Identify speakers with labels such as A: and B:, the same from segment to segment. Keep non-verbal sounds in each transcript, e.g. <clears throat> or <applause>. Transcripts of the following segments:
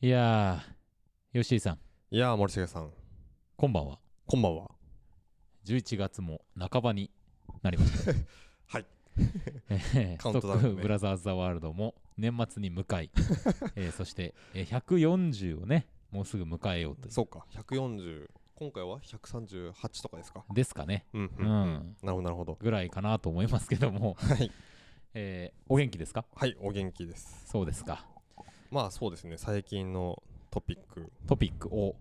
A: いやー、吉井さん、
B: いやー森重さん
A: こんばんは。
B: こんばんは
A: 11月も半ばになりました。
B: <laughs> はい。
A: えー
B: カウ
A: ス
B: ン
A: ト
B: トダウン
A: ッ
B: ね
A: クブラザーズ・ザ・ワールドも年末に向か
B: <laughs>
A: い、えーそして、えー140をね、もうすぐ迎えようとい
B: そうか140今回は138とかですか
A: う。ですかね。
B: うん
A: う
B: うんん、なるほどなるほど
A: ぐらいかなと思いますけども、
B: はい
A: えーお元気ですか
B: はいお元気です
A: そうですか。
B: まあそうですね最近のトピック
A: トピックを、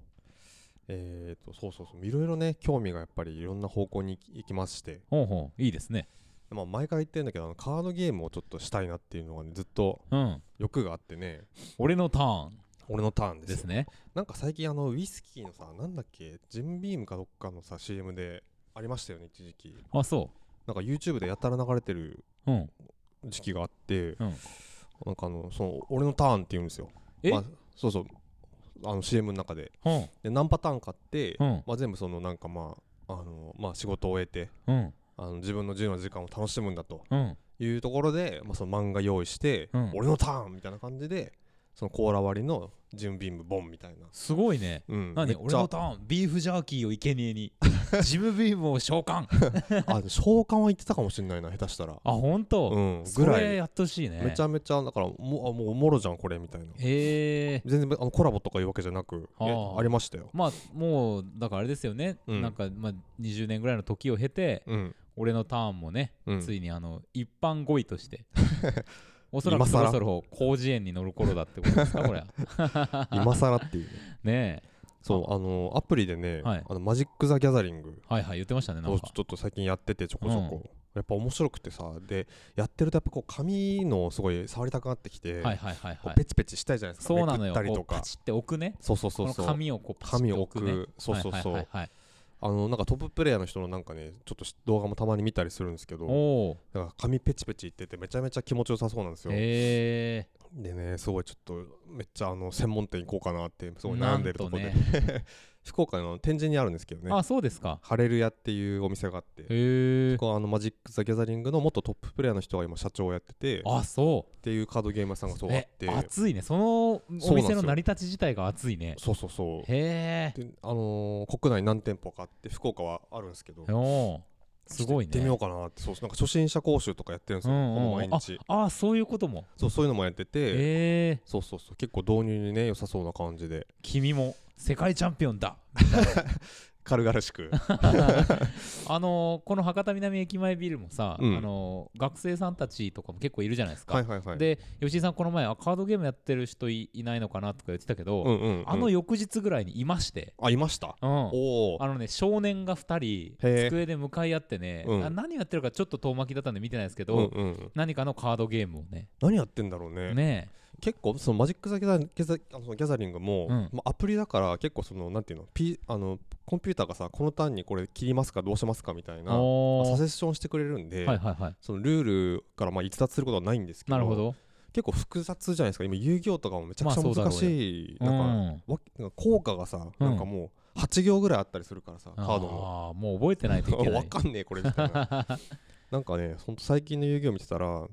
B: えー、とそうそうそういろいろね興味がやっぱりいろんな方向に行きまして、
A: ほうほう、いいですね。
B: まあ、毎回言ってるんだけどあのカードゲームをちょっとしたいなっていうのがねずっと
A: うん。
B: 欲があってね
A: 俺のターン
B: 俺のターンです
A: で
B: よ
A: すね。
B: なんか最近あのウイスキーのさなんだっけジンビームかどっかのさ CM でありましたよね一時期
A: あ、そ
B: なんか YouTube でやたら流れてる
A: う。うん。
B: 時期があって、
A: うん
B: なんかあのその俺のターンって言うんですよ
A: え
B: まあ、そうそうあの CM の中で
A: うん。
B: で何パターン買って、
A: うん。
B: まあ、全部そのなんかまああの、まあ、仕事を終えて
A: うん。
B: あの自分の自由な時間を楽しむんだと
A: うん。
B: いうところで、まあ、その漫画用意して、
A: うん
B: 俺のターンみたいな感じでそのコーラ割りのジンビームボンみたいな、
A: すごいね。
B: うん、め
A: 何
B: っちゃ
A: 俺のターンビーフジャーキーを生贄
B: <laughs>
A: にジムビームを召喚あ
B: あ召喚は言ってたかもしれないな下手したら、
A: 本
B: う
A: 当、
B: ん、
A: そ
B: ぐら
A: れ
B: い
A: やってほしいね
B: めちゃめちゃだからもうあもうおもろじゃんこれみたいな
A: へえ
B: 全然あのコラボとかいうわけじゃなくえ
A: あー
B: ありましたよ
A: まあもうだからあれですよね、
B: うん
A: なんか、まあ、20年ぐらいの時を経て
B: うん、
A: 俺のターンもね、
B: うん
A: ついにあの一般5位と
B: <laughs>
A: しておそらく
B: 今
A: そ
B: 更
A: ろそろ広辞苑に乗る頃だってことですかこれ
B: <laughs> 今更っていうね
A: <laughs> ねえ
B: そうあのアプリでね、
A: はい
B: あのマジック・ザ・ギャザリング
A: はいはい言ってましたねな
B: を
A: ん
B: ちょ
A: か
B: ちょっと最近やっててちょこちょこ、
A: うん
B: やっぱ面白くてさでやってるとやっぱこう髪のすごい触りたくなってき
A: は
B: て、
A: いはいはい
B: こ
A: は
B: う
A: い
B: ペチペチしたいじゃないですか
A: そうなのよ
B: めくったり
A: ことうパ
B: か
A: チって置くね
B: そうそうそう
A: こ
B: そ
A: の
B: う
A: 紙をこうパチって
B: 髪を
A: 置く
B: 置く、
A: ね
B: そうそう
A: はいは
B: そう、
A: いはいはい、
B: あのなんかトッププレイヤーの人のなんかねちょっとし動画もたまに見たりするんですけど
A: おお
B: なんか髪ペチペチいっててめちゃめちゃ気持ちよさそうなんですよ、
A: へえ
B: でねすごいちょっとめっちゃあの専門店行こうかなってすごい悩んでるところで、
A: なん
B: <laughs> 福岡の天神にあるんですけどね
A: あそうですか
B: ハレルヤっていうお店があって
A: へえ
B: ここはあのマジック・ザ・ギャザリングの元トッププレイヤーの人が今社長をやっててっ
A: あそう
B: ていうカードゲーム屋さんがそうあっ
A: え
B: て
A: 熱いねそのお
B: そうなんです
A: 店の
B: よ
A: 成り立ち自体が熱いね
B: そうそうそう
A: へえ
B: であのー国内何店舗かあって福岡はあるんですけど
A: おーすごいね
B: ちょっと行ってみようかなってそうなんか初心者講習とかやってるんです
A: う
B: よ、
A: ん
B: ほぼ
A: うんう
B: 毎
A: んあ
B: 日
A: あそういうことも
B: そうそういうのもやってて、
A: へえ
B: そうそうそう結構導入にね良さそうな感じで
A: 君も世界チャンピオンだ
B: <laughs> 軽々
A: <laughs>
B: しく
A: あのーこの博多南駅前ビルもさ、
B: うん
A: あのー学生さんたちとかも結構いるじゃないですか、
B: はいはいはい
A: で吉井さんこの前あカードゲームやってる人いいないのかなとか言ってたけど、
B: うんうんうん
A: あの翌日ぐらいにいまして、
B: あいました
A: うん、
B: おお
A: あのね少年が2人
B: へえ
A: 机で向かい合ってね、
B: うん
A: あ何やってるかちょっと遠巻きだったんで見てないですけど、
B: うんうん、
A: 何かのカードゲームをね
B: 何やってんだろうね
A: ね
B: 結構そのマジック・ザ・ギャザギャザあのそのギャザリング
A: う
B: も、
A: ん
B: まあアプリだから結構そのなんていうの、P、あのコンピューターがさこの単にこれ切りますかどうしますかみたいな、まあ
A: お
B: サ
A: ー
B: セッションしてくれるんで、
A: はいはいはい
B: そのルールからまあ逸脱することはないんですけど
A: なるほど
B: 結構複雑じゃないですか今遊戯王とかもめちゃくちゃ
A: まあそうだろう
B: 難
A: ね
B: しい、なんか
A: うん
B: わなんか効果がさ、
A: うん
B: なんかもう8行ぐらいあったりするからさカード
A: あ
B: も
A: ーもう覚えてないといけな
B: <laughs> わ
A: い
B: かんねえこれみたいな
A: <laughs>
B: なんかねほんと最近の遊戯王見てたら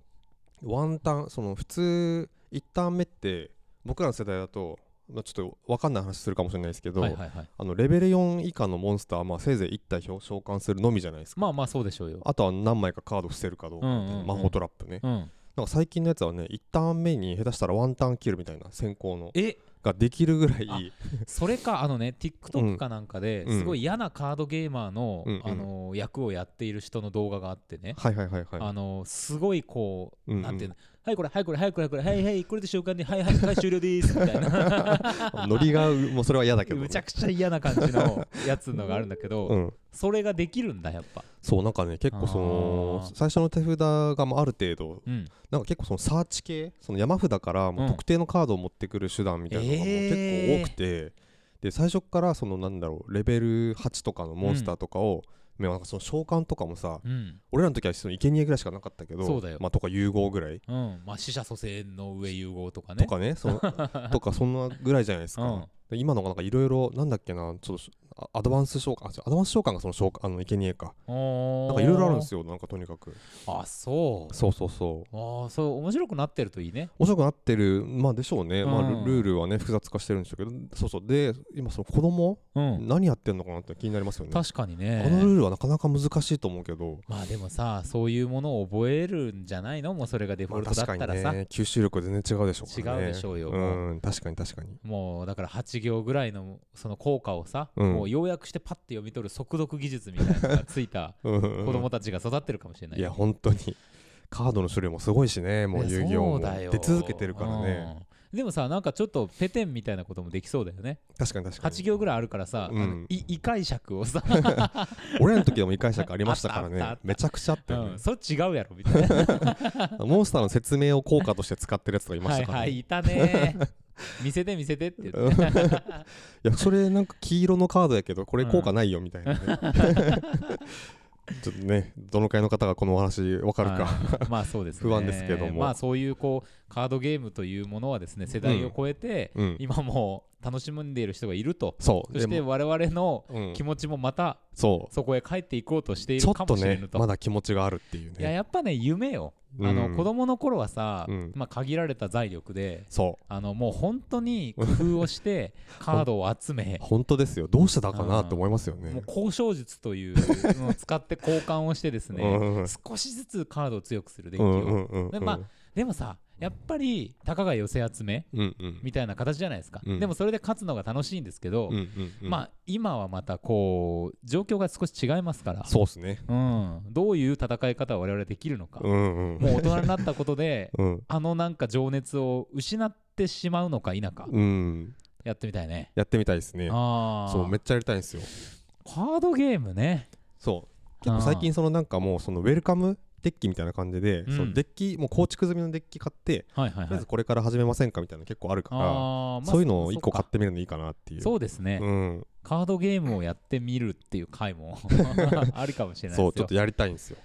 B: ワンターンその普通1ターン目って僕らの世代だと、まあ、ちょっとわかんない話するかもしれないですけど、
A: はいはいはい
B: あのレベル4以下のモンスター、まあ、せいぜい1体召喚するのみじゃないですか
A: まあまあそうでしょうよ
B: あとは何枚かカード伏せるかどうかみたいな、
A: うんうんうん
B: 魔法トラップね、
A: うん
B: なんか最近のやつはね1ターン目に下手したらワンターンキルみたいな先行の
A: え
B: ができるぐら
A: あ
B: い
A: それかあのね TikTok かなんかで
B: うん
A: すごい嫌なカードゲーマーの、
B: うんうん
A: あのー役をやっている人の動画があってね、
B: はいはいはいはい
A: あのーすごいこう、
B: うんうん
A: なんていうのはいこれはいこれはいこれはいこれはいはいこれで召喚ではいはいはい終了ですみたいな
B: ノリがうもうそれは嫌だけど、ね
A: むちゃくちゃ嫌な感じ
B: <laughs>
A: のやつのがあるんだけど、
B: うん、
A: それができるんだやっぱ、
B: そうなんかね結構そ
A: あ
B: の
A: ー
B: 最初の手札がまあある程度
A: うん、
B: なんか結構そのサーチ系その山札からもう
A: うん
B: 特定のカードを持ってくる手段みたいなのがもう
A: えー
B: 結構多くて、で最初からそのなんだろうレベル8とかのモンスターとかを、まあなんかその召喚とかもさ
A: うん
B: 俺らの時はその生贄ぐらいしかなかったけど
A: そうだよ
B: まあ、とか融合ぐらい
A: うん、まあ死者蘇生の上融合とかね <laughs>
B: とかねそのとかそんなぐらいじゃないですか、
A: うん
B: で今のがなんかいろいろなんだっけなちょっとあアドバンス召喚あ違うアドバンス召喚がその召喚あの生贄か
A: な
B: なんかいろいろあるんです
A: よ
B: よなんかとにかく
A: あそう
B: そうそうそう
A: ああそう面白くなってるといいね
B: 面白くなってるまあでしょうね、まあ
A: うん
B: ルルールはね複雑化してるんでしょうけどそうそうで今その子供、
A: うん
B: 何やってんのかなって気になりますよね
A: 確かに
B: このル
A: ね
B: ールはなかなか難しいと思うけど、
A: まあでもさそういうものを覚えるんじゃないのもうそれがデフ
B: ま
A: ォ
B: あ、
A: ルトだ
B: 確
A: っ
B: か
A: た
B: に
A: らさ
B: ね吸収力全然違うでしょうからね
A: 違うでしょうよ
B: うん確かに確かに
A: もうだから8行ぐらいのその効果をさ、
B: う
A: もう
B: ん
A: 要約してパッて読み取る速読技術みたいなのがつい
B: <laughs>
A: た
B: 子
A: <laughs> 子供たちが育ってるかもしれない
B: いや
A: よ。
B: 本当にカードの種類もすごいしねもう遊戯王も
A: いやそうだよ
B: 出続けてるからね、
A: うんでもさなんかちょっとペテンみたいなこともできそうだよね
B: 確かに確か
A: 8
B: に
A: 行ぐらいあるからさ、あの
B: うん
A: い異解釈をさ、
B: 俺らの時でも異解釈ありましたから
A: <laughs>
B: ね
A: あったあったあった
B: めちゃくちゃあった
A: う
B: よね
A: ん、それ違うやろみたいな
B: モンスターの説明を効果として使ってるやつがいま
A: は
B: し
A: い
B: たから、
A: はいいいたね見せて見せてって言って
B: <laughs> やそれなんか黄色のカードやけどこれ効果ないよみた
A: <laughs>
B: いな、ね <laughs> ちょっとねどの会の方がこのお話わかるか
A: はいまあそうですね
B: 不安ですけども
A: まあそういうこうカードゲームというものはですね世代を超えて、
B: うん
A: 今もう楽しんでいる人がいると
B: そう
A: そし
B: で
A: て
B: も
A: 我々の
B: うん
A: 気持ちもまた
B: そ
A: そこへ帰っていこうとして
B: う
A: い
B: ちょ
A: る
B: っ
A: か
B: と
A: もしれ
B: ね
A: ぬと
B: まだ気持ちがあるっていう
A: いや
B: ね
A: やっぱね夢よ、
B: うん
A: あの子供の頃はさ、
B: うん
A: まあ、限られた財力で
B: そ
A: あのもう本当に工夫をして
B: <laughs>
A: カードを集め
B: う本当ですよどうしてたかなと思いますよ
A: もう
B: ね、
A: 交渉術というのを使って交換をしてです
B: うん
A: ね
B: うんうん
A: 少しずつカードを強くするデッキ
B: う
A: を、
B: んうんうんうん
A: でまあでもさやっぱりたかが寄せ集め
B: うんうん
A: みたいな形じゃないですか、
B: うん
A: でもそれで勝つのが楽しいんですけど、
B: うんうんうん
A: まあ今はまたこう状況が少し違いますから
B: そうですね
A: うん、どういう戦い方を我々できるのか、
B: うんうん
A: もう大人になったこと
B: <laughs>
A: で
B: うん
A: あのなんか情熱を失ってしまうのか否か
B: うん
A: やってみたいね
B: やってみたいですね
A: あ
B: そうめ
A: あ
B: っちゃやりたいんですよ
A: カードゲームね
B: そう結構最近そのなんかもうそのウェルカムデッキみたいな感じで、
A: うん
B: そのデッキもう構築済みのデッキ買って
A: はいはい
B: とり
A: は
B: あえ
A: い
B: ずこれから始めませんかみたいなの結構あるから、
A: あーまあ
B: そういうのを1個
A: そ
B: 買
A: うか
B: ってみるのいいかなっていう
A: そうですね、
B: うん、
A: カードゲームをやってみるっていう回
B: <laughs>
A: もあるかもしれない
B: そ
A: で
B: う
A: す
B: ちょ
A: よ
B: っとやりたいんですよ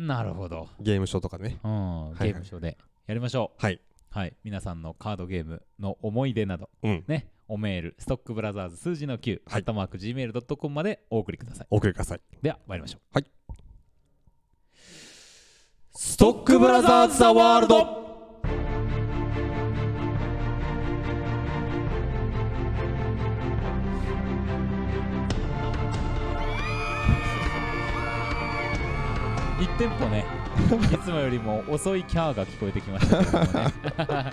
A: なるほど、
B: ゲームショーとかね
A: うん、
B: いは
A: ゲ
B: い
A: ームショーでやりましょう
B: はい
A: はい皆さんのカードゲームの思い出など
B: うん
A: ねおメールストックブラザーズ数字の9、
B: は
A: ア
B: い
A: ットマーク Gmail.com までお送りください
B: お送りください
A: では参りましょう
B: はい
A: ストックブラザーズ・ザ・ワールド1店舗ねいつもよりも遅いキャーが聞こえてきましたけどもね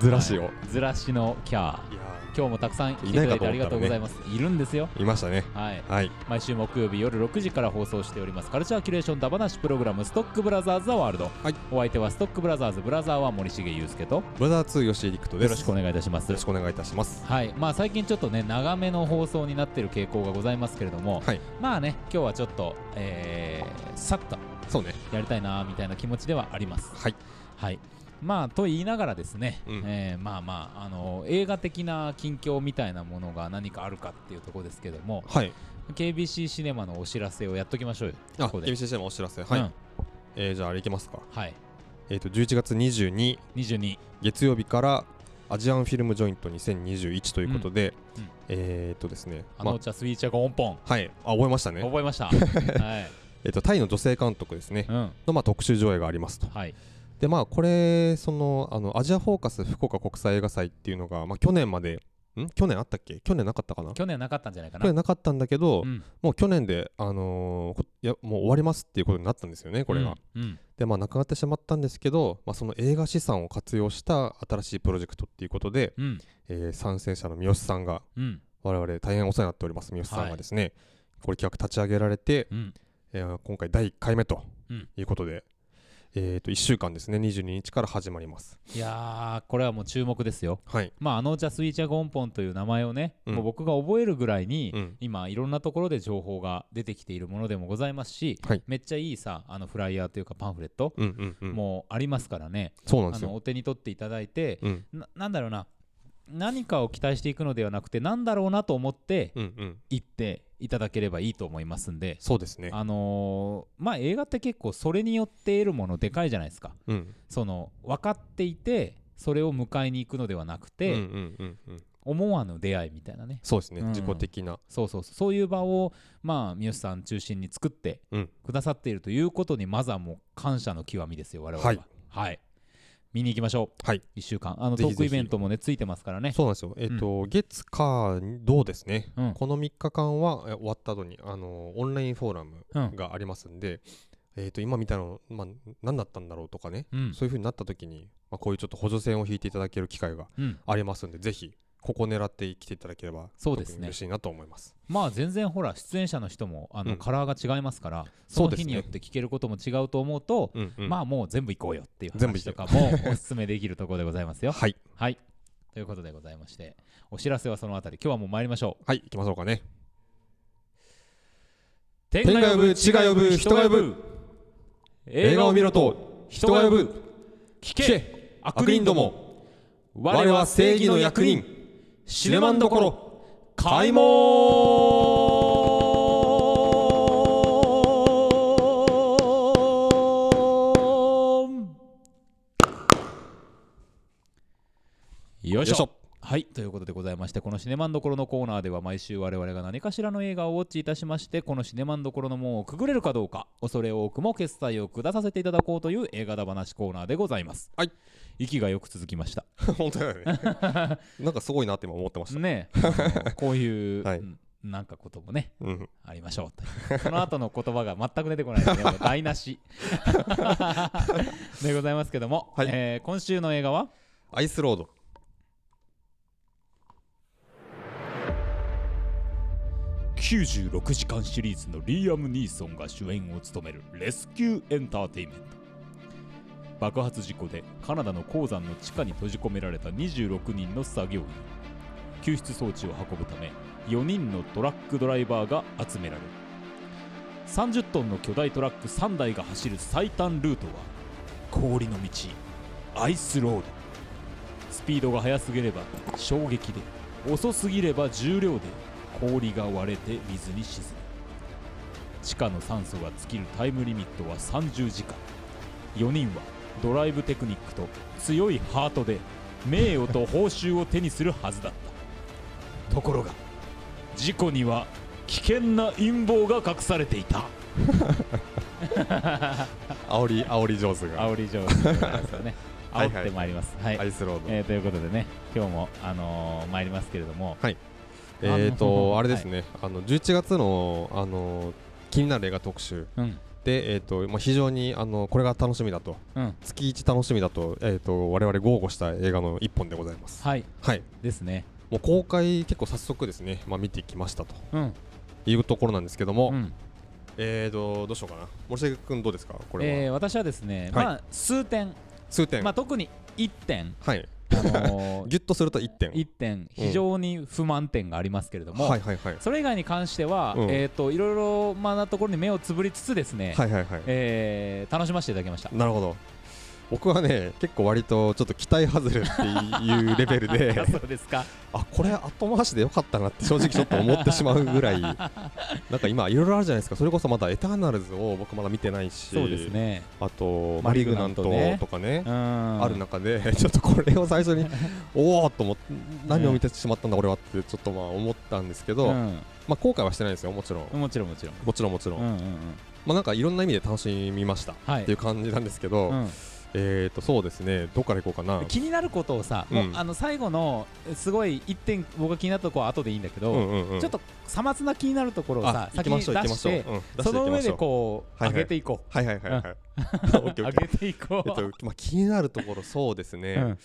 B: ずらしを、
A: ずらしのキャー
B: い、や
A: 今日もたくさん来ていただいてありがとうございますいるんですよ
B: ーいましたね
A: はい
B: はい
A: 毎週木曜日夜6時から放送しておりますカルチャーキュレーションダバナシプログラムストックブラザーズ・ザ・ワールド、
B: はい
A: お相手はストックブラザーズブラザーは森重裕介とよ
B: ブラザー2吉井陸斗です
A: ろしくお
B: よ
A: 願いいたします
B: ろしくお願いいたします
A: はいまあ最近ちょっとね長めの放送になってる傾向がございますけれども、
B: はい
A: まあね今日はちょっと、えー、さっと
B: そうね
A: やりたいなみたいな気持ちではあります
B: はい
A: はいまあと言いながらですね、
B: うん
A: えーまあまああの映画的な近況みたいなものが何かあるかっていうところですけども
B: はい
A: KBC シネマのお知らせをやっときましょうよ
B: あ
A: ここで
B: KBCC のお知らせはい、
A: うん
B: えーじゃああれいきますか
A: はい
B: えっ、と11月22
A: 22
B: 月曜日からアジアンフィルムジョイント2021ということで、
A: うんうん
B: えーっとですね、
A: あのお茶スイーチャーゴンポン
B: まはい、あ覚えましたね、
A: 覚えました
B: <laughs>
A: はい
B: えっとタイの女性監督ですね、
A: うん
B: の、まあ、特集上映がありますと、
A: はい
B: でまあ、これそのあの、アジアフォーカス福岡国際映画祭っていうのが、まあ、去年まで、ん去年あったっけ去年なかったかな去
A: 去年なかったんじゃないかな
B: 年なかったんだけど、
A: うん
B: もう去年で、あのーこいやもう終わりますっていうことになったんですよね、これが。
A: うんうん
B: で、まあ、なくなってしまったんですけど、まあ、その映画資産を活用した新しいプロジェクトっていうことで、
A: うん
B: えー参戦者の三好さんが
A: うん
B: 我々大変お世話になっております三好さんがですね、これ企画立ち上げられて、
A: うん
B: えー今回第1回目と
A: うん
B: いうことで、えー、と1週間ですね22日から始まります
A: いやーこれはもう注目ですよ
B: はい、
A: まああのお茶スイーチャーゴンポンという名前をね
B: うん
A: もう僕が覚えるぐらいに
B: うん、
A: 今いろんなところで情報が出てきているものでもございますし
B: はい
A: めっちゃいいさあのフライヤーというかパンフレット
B: うんうんうん
A: もうありますからね
B: そうなん
A: あ
B: です
A: の
B: よ
A: お手に取っていただいて
B: うん
A: ななんだろうな何かを期待していくのではなくてなんだろうなと思って
B: うんうん
A: 行っていただければいいと思いますんで、
B: そうですね
A: あのーまあ映画って結構それによって得るものでかいじゃないですか
B: うん
A: その分かっていてそれを迎えに行くのではなくて、
B: うんうんうんうん
A: 思わぬ出会いみたいなね
B: そうですね、
A: うん
B: 自己的な
A: そうそうそうそういう場をまあ三好さん中心に作って
B: うん
A: くださっているということにまずはもう感謝の極みですよ我々は
B: は
A: はいい、見に行きましょう
B: はい
A: 1週間あの
B: ぜひぜひ
A: トークイベントもねついてますからね
B: そうなんですよえっ、と、月火どうですね、
A: うん
B: この3日間はえ終わった後にあのオンラインフォーラム
A: うん
B: がありますんで、えっ、と今みたいなの、まあ、何だったんだろうとかね、
A: うん
B: そういう風になった時に、まあ、こういうちょっと補助線を引いていただける機会が
A: うん
B: ありますんでぜひここ狙って来ていただければ
A: そうですね
B: 特に嬉しいなと思います
A: まあ全然ほら出演者の人もあ
B: う
A: の
B: ん
A: カラーが違いますから、
B: そ
A: そうの
B: です
A: 日
B: ね
A: によって聞けることも違うと思うと
B: うんうん
A: まあもう全部行こうよっていう
B: 全部
A: 話
B: 行
A: と
B: こ
A: か <laughs> もお勧めできるところでございますよ
B: はい
A: はいということでございましてお知らせはそのあたり今日はもう参りましょう
B: はい行きましょうかね
A: 天
B: が呼ぶ地が呼ぶ人が呼ぶ映画を見ろと人が呼ぶ
A: 聞
B: 聞
A: け
B: け
A: 悪人
B: 悪人
A: ど
B: ど
A: も
B: も
A: 我は正義の役人
B: シ
A: シ
B: ネ
A: ネ
B: マ
A: マ
B: ン
A: ン
B: ど
A: ど
B: こ
A: こ
B: ろ
A: ろ
B: 開
A: 開
B: 門
A: 門よいしょ
B: よいしょ
A: はいということでございましてこのシネマンどころのコーナーでは毎週我々が何かしらの映画をウォッチいたしましてこのシネマンどころの門をくぐれるかどうか恐れ多くも決済を下させていただこうという映画だ話コーナーでございます
B: はい
A: 息がよく続きました
B: <laughs> 本当だ
A: <laughs>
B: よねなんかすごいなって今思ってました、 <laughs>
A: ねえあのこういう、
B: はい
A: うんなんかこともね
B: うん、
A: ありましょうというその後の言葉が全く出てこないのでもう台無
B: <laughs>
A: しでございますけども、
B: はい
A: えー今週の映画は
B: アイスロード
A: 96時間シリーズのリーアム・ニーソンが主演を務めるレスキューエンターテインメント爆発事故でカナダの鉱山の地下に閉じ込められた26人の作業員救出装置を運ぶため4人のトラックドライバーが集められる30トンの巨大トラック3台が走る最短ルートは氷の道アイスロードスピードが速すぎれば衝撃で遅すぎれば重量で氷が割れて水に沈む地下の酸素が尽きるタイムリミットは30時間4人はドライブテクニックと強いハートで名誉と報酬を手にするはずだったところが事故には危険な陰謀が隠されていた
B: 煽り煽り上手が
A: 煽り上手でございますよね
B: はいは
A: 煽
B: い
A: ってまいります <laughs> はい、
B: アイスロード
A: えーということでね今日もあのー参りますけれども
B: えっ、ー、と、
A: あ
B: あれですね、あの11月の、あの気になる映画特集
A: うん
B: で、えーとまあ、非常にあのこれが楽しみだと、
A: うん
B: 月1楽しみだと、えー、と我々豪語した映画の一本でございます。
A: はい
B: はい、
A: ですね
B: もう公開、結構早速ですね、まあ、見てきましたと
A: うん
B: いうところなんですけども、
A: うん
B: えーと、どうしようかな、森重君、どうですか、これは。
A: えー私はですね、
B: はい
A: まあ数点、
B: 数点、
A: まあ、特に1点、
B: <laughs> はい、
A: あのー <laughs>
B: ぎゅっとすると1点。
A: 1点非常に不満点がありますけれども、
B: はいはいはい。
A: それ以外に関しては、
B: うん
A: えー、といろいろ、まあ、なところに目をつぶりつつですね、
B: はいはいはい。
A: えー楽しませていただきました。
B: なるほど。僕はね、結構割とちょっと期待外れっていうレベルで
A: <laughs> あそうですか
B: あこれ後回しでよかったなって正直ちょっと思ってしまうぐらいなんか今いろいろあるじゃないですかそれこそまだエターナルズを僕まだ見てないし
A: そうですね。
B: あとマ
A: マ
B: リ
A: リ
B: グ
A: グ
B: ナ
A: ナ
B: ン
A: ン
B: ト
A: トね
B: とかね
A: あ
B: ある中で <laughs> ちょっとこれを最初
A: <laughs>
B: におおと思って何を見てしまったんだ俺はってちょっとまあ思ったんですけど、まあ後悔はしてないですよもちろん
A: うん、もちろんもちろん。
B: もちろんもちろん、
A: うんうんうん、
B: まあなんかいろんな意味で楽しみましたっ
A: はい
B: ていう感じなんですけど、
A: うん
B: えーとそうですねどっから行こうかな
A: 気になることをさ、もう
B: うん
A: あの最後のすごい1点僕が気になったとこは後でいいんだけど、
B: うんうんうん
A: ちょっとさまつな気になるところを
B: あ
A: さ
B: 行
A: 先
B: き
A: に
B: ま
A: 出
B: しょう行きま
A: し
B: しょう、
A: て
B: うん、出していきましょ
A: そ
B: う
A: の上でこう
B: はい
A: 上
B: はい
A: げていこ
B: はいはいはいはい。 <laughs> オ
A: う
B: ッケーオ
A: 上
B: ッケ
A: げ
B: ー。
A: ていこ
B: えっ
A: う
B: とまあ、気になるところそうですね、
A: うん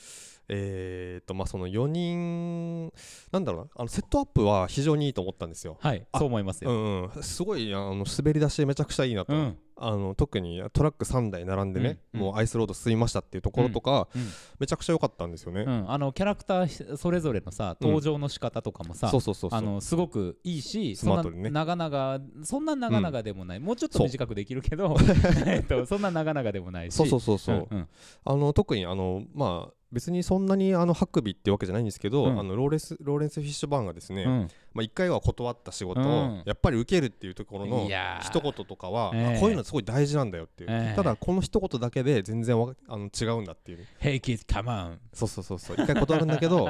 B: えっとまあその4人なんだろうなあのセットアップは非常にいいと思ったんですよ。
A: はい
B: あ
A: そう思います
B: う
A: よ
B: んうん、すごいあの滑り出しめちゃくちゃいいなと、
A: うん
B: あの特にトラック3台並んでね、
A: うん
B: もうアイスロード進みましたっていうところとか、
A: うんうん
B: めちゃくちゃ良かったんですよね。
A: うんあのキャラクターそれぞれのさ
B: うん
A: 登場の仕方とかもさ
B: そうそうそうそう
A: あのすごくいいし
B: ス
A: そん
B: マ
A: な
B: ートでね
A: 長々そんな長々でもないもうちょっと
B: そう
A: 短くできるけ
B: <laughs>
A: どえっとそんな長々でもないし
B: そうそうそうそう、
A: うんうん
B: あの特にあのまあ別にそんなにあのハクビってわけじゃないんですけど、
A: うん
B: あのローレスローレンス・フィッシュバーンがですね、
A: うん
B: まあ、1回は断った仕事を、
A: うん
B: やっぱり受けるっていうところの
A: いやー
B: 一言とかは、
A: ええ
B: あこういうのすごい大事なんだよっていう、
A: ええ
B: ただこの一言だけで全然わあの違うんだっていう
A: Hey kids come on <laughs>
B: そうそうそうそう一回断るんだけど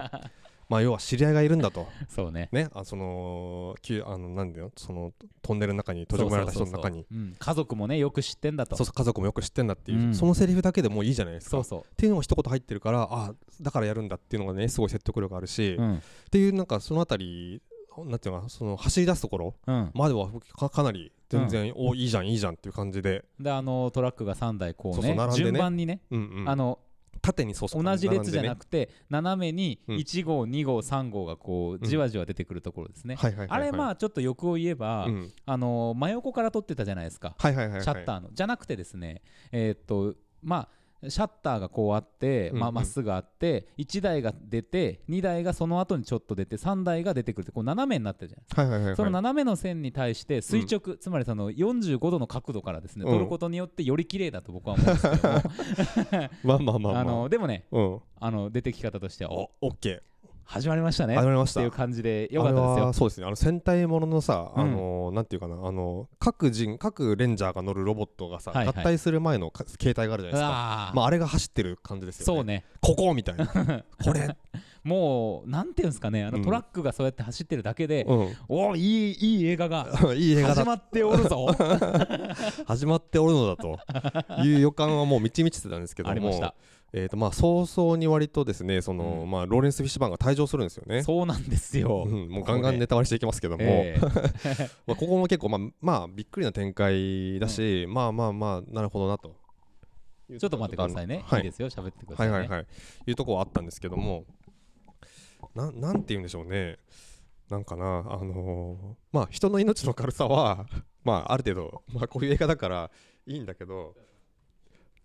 B: まあ要は知り合いがいるんだと
A: そうね
B: ねあそのきあのなんだよそのトンネルの中に閉じ込められた人の中に
A: そうそうそうそううん家族もねよく知ってんだと
B: そうそう家族もよく知ってんだっていう、
A: うん
B: そのセリフだけでもういいじゃないですか
A: そうそ
B: っていうのが一言入ってるからあだからやるんだっていうのがねすごい説得力あるし、
A: うう
B: っ
A: ん
B: ていうなんかそのあたりなんていうのかなその走り出すところ
A: うん
B: まではかかなり全然、おいいじゃんいいじゃんっていう感じで、
A: であのトラックが3台こうね
B: そうそう並んでね
A: 順番にね、
B: うんうん、
A: あの
B: 縦にそうそう
A: 同じ列じゃ
B: 並
A: なん
B: で
A: くて斜めに
B: うん
A: 1号2号3号がこうじわじわ出てくるところですね
B: ね、はいはい
A: あ
B: はいはい、
A: れまあちょっと欲を言え
B: あ
A: ば、
B: うん、
A: あの真横から撮ってたじゃないですか、
B: はいはいはい、はい、
A: シャッターのじゃなくてですねえーっとまあシャッターがこうあって
B: うん
A: ま
B: う
A: あ
B: ん
A: まっすぐあって1台が出て2台がその後にちょっと出て3台が出てくるってこう斜めになってるじゃない
B: はいはいはいはい
A: その斜めの線に対して垂直、つまりその45度の角度からですね、
B: うん
A: 撮ることによってより綺麗だと僕は思うんですけども
B: まあまあまあまあ
A: あのでもね
B: うん
A: あの出てき方としてはお
B: おオッケ
A: 始まりました
B: ー
A: ね
B: 始ま
A: っ
B: りましてた
A: いう感じでよかったで
B: あ
A: す
B: れ
A: よ
B: はそうですねあの戦隊もののさ、
A: うん
B: あのーなんていうかなあの各人各レンジャーが乗るロボットがさ、
A: はいはい
B: 合体する前のか形態があるじゃないですか
A: あー
B: まああれが走ってる感じですよね
A: そうね
B: ここみた
A: <laughs>
B: いなこれ、
A: もうなんていうんですかねあ
B: う
A: の
B: ん
A: トラックがそうやって走ってるだけで、
B: う
A: おーいいいい映画が
B: ん、 <laughs> いい映画だ
A: 始まっておる
B: <laughs>
A: ぞ
B: 始まっておるのだ
A: <laughs>
B: という予感はもう満ち満ちてたんですけど
A: ありまし
B: も
A: た、
B: えーとまあ、早々に割とですねそ
A: う
B: の、
A: ん
B: まあ、ローレンス・フィッシュバーンが退場するんですよね。
A: そうなんですよ、
B: うん、もうガンガンネ
A: ね
B: タバレしていきますけども、
A: ええ
B: まあ、ここも結構、まあ、まあ、びっくりな展開だし、まあまあまあなるほどなと
A: ちょっと待ってくださいね、
B: <laughs> はい
A: い、いですよ喋ってくださ
B: はいい
A: ね、
B: はいはいいうとこはあったんですけどもななんて言うんでしょうねなんかなあのーまあ人の命の軽さはまあある程度、まあ、こういう映画だからいいんだけど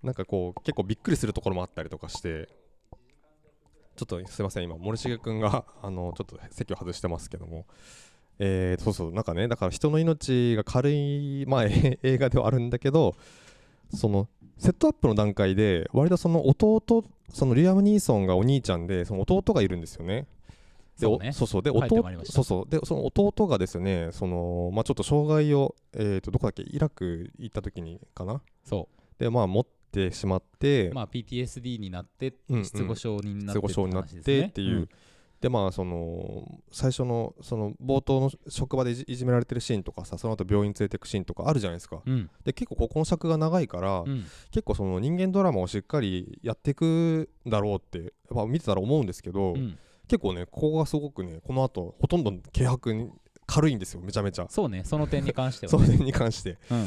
B: なんかこう結構びっくりするところもあったりとかしてちょっとすいません今森重君が <laughs> あのちょっと席を外してますけども。えー、そうそうなんかねだから人の命が軽い、まあ、 <laughs> え映画ではあるんだけどそのセットアップの段階で割とその弟そのリアム・ニーソンがお兄ちゃんでその弟がいるんですよね。で
A: そうね
B: おそうそうで
A: 書いて
B: 弟
A: まいりました
B: そうそうでその弟がですねその、まあ、ちょっと障害を、えー、とどこだっけイラク行った時にかな
A: そ
B: で、まあ、持ってしまって、
A: うまあ PTSD になって
B: うんうん
A: 失語症人になって
B: 失語症になっ
A: 話です
B: て
A: ね
B: っていう、でまあその最初のその冒頭の職場でいじいじめられてるシーンとかさその後病院連れてくシーンとかあるじゃないですか、
A: うん
B: で結構ここの尺が長いから、
A: うんうん
B: 結構その人間ドラマをしっかりやっていくだろうってやっぱ見てたら思うんですけど、
A: うん
B: 結構ねここがすごくねこの後ほとんど軽薄に軽いんですよめちゃめちゃ。
A: そうねその点に関しては
B: そ
A: ね、
B: れに関して
A: うん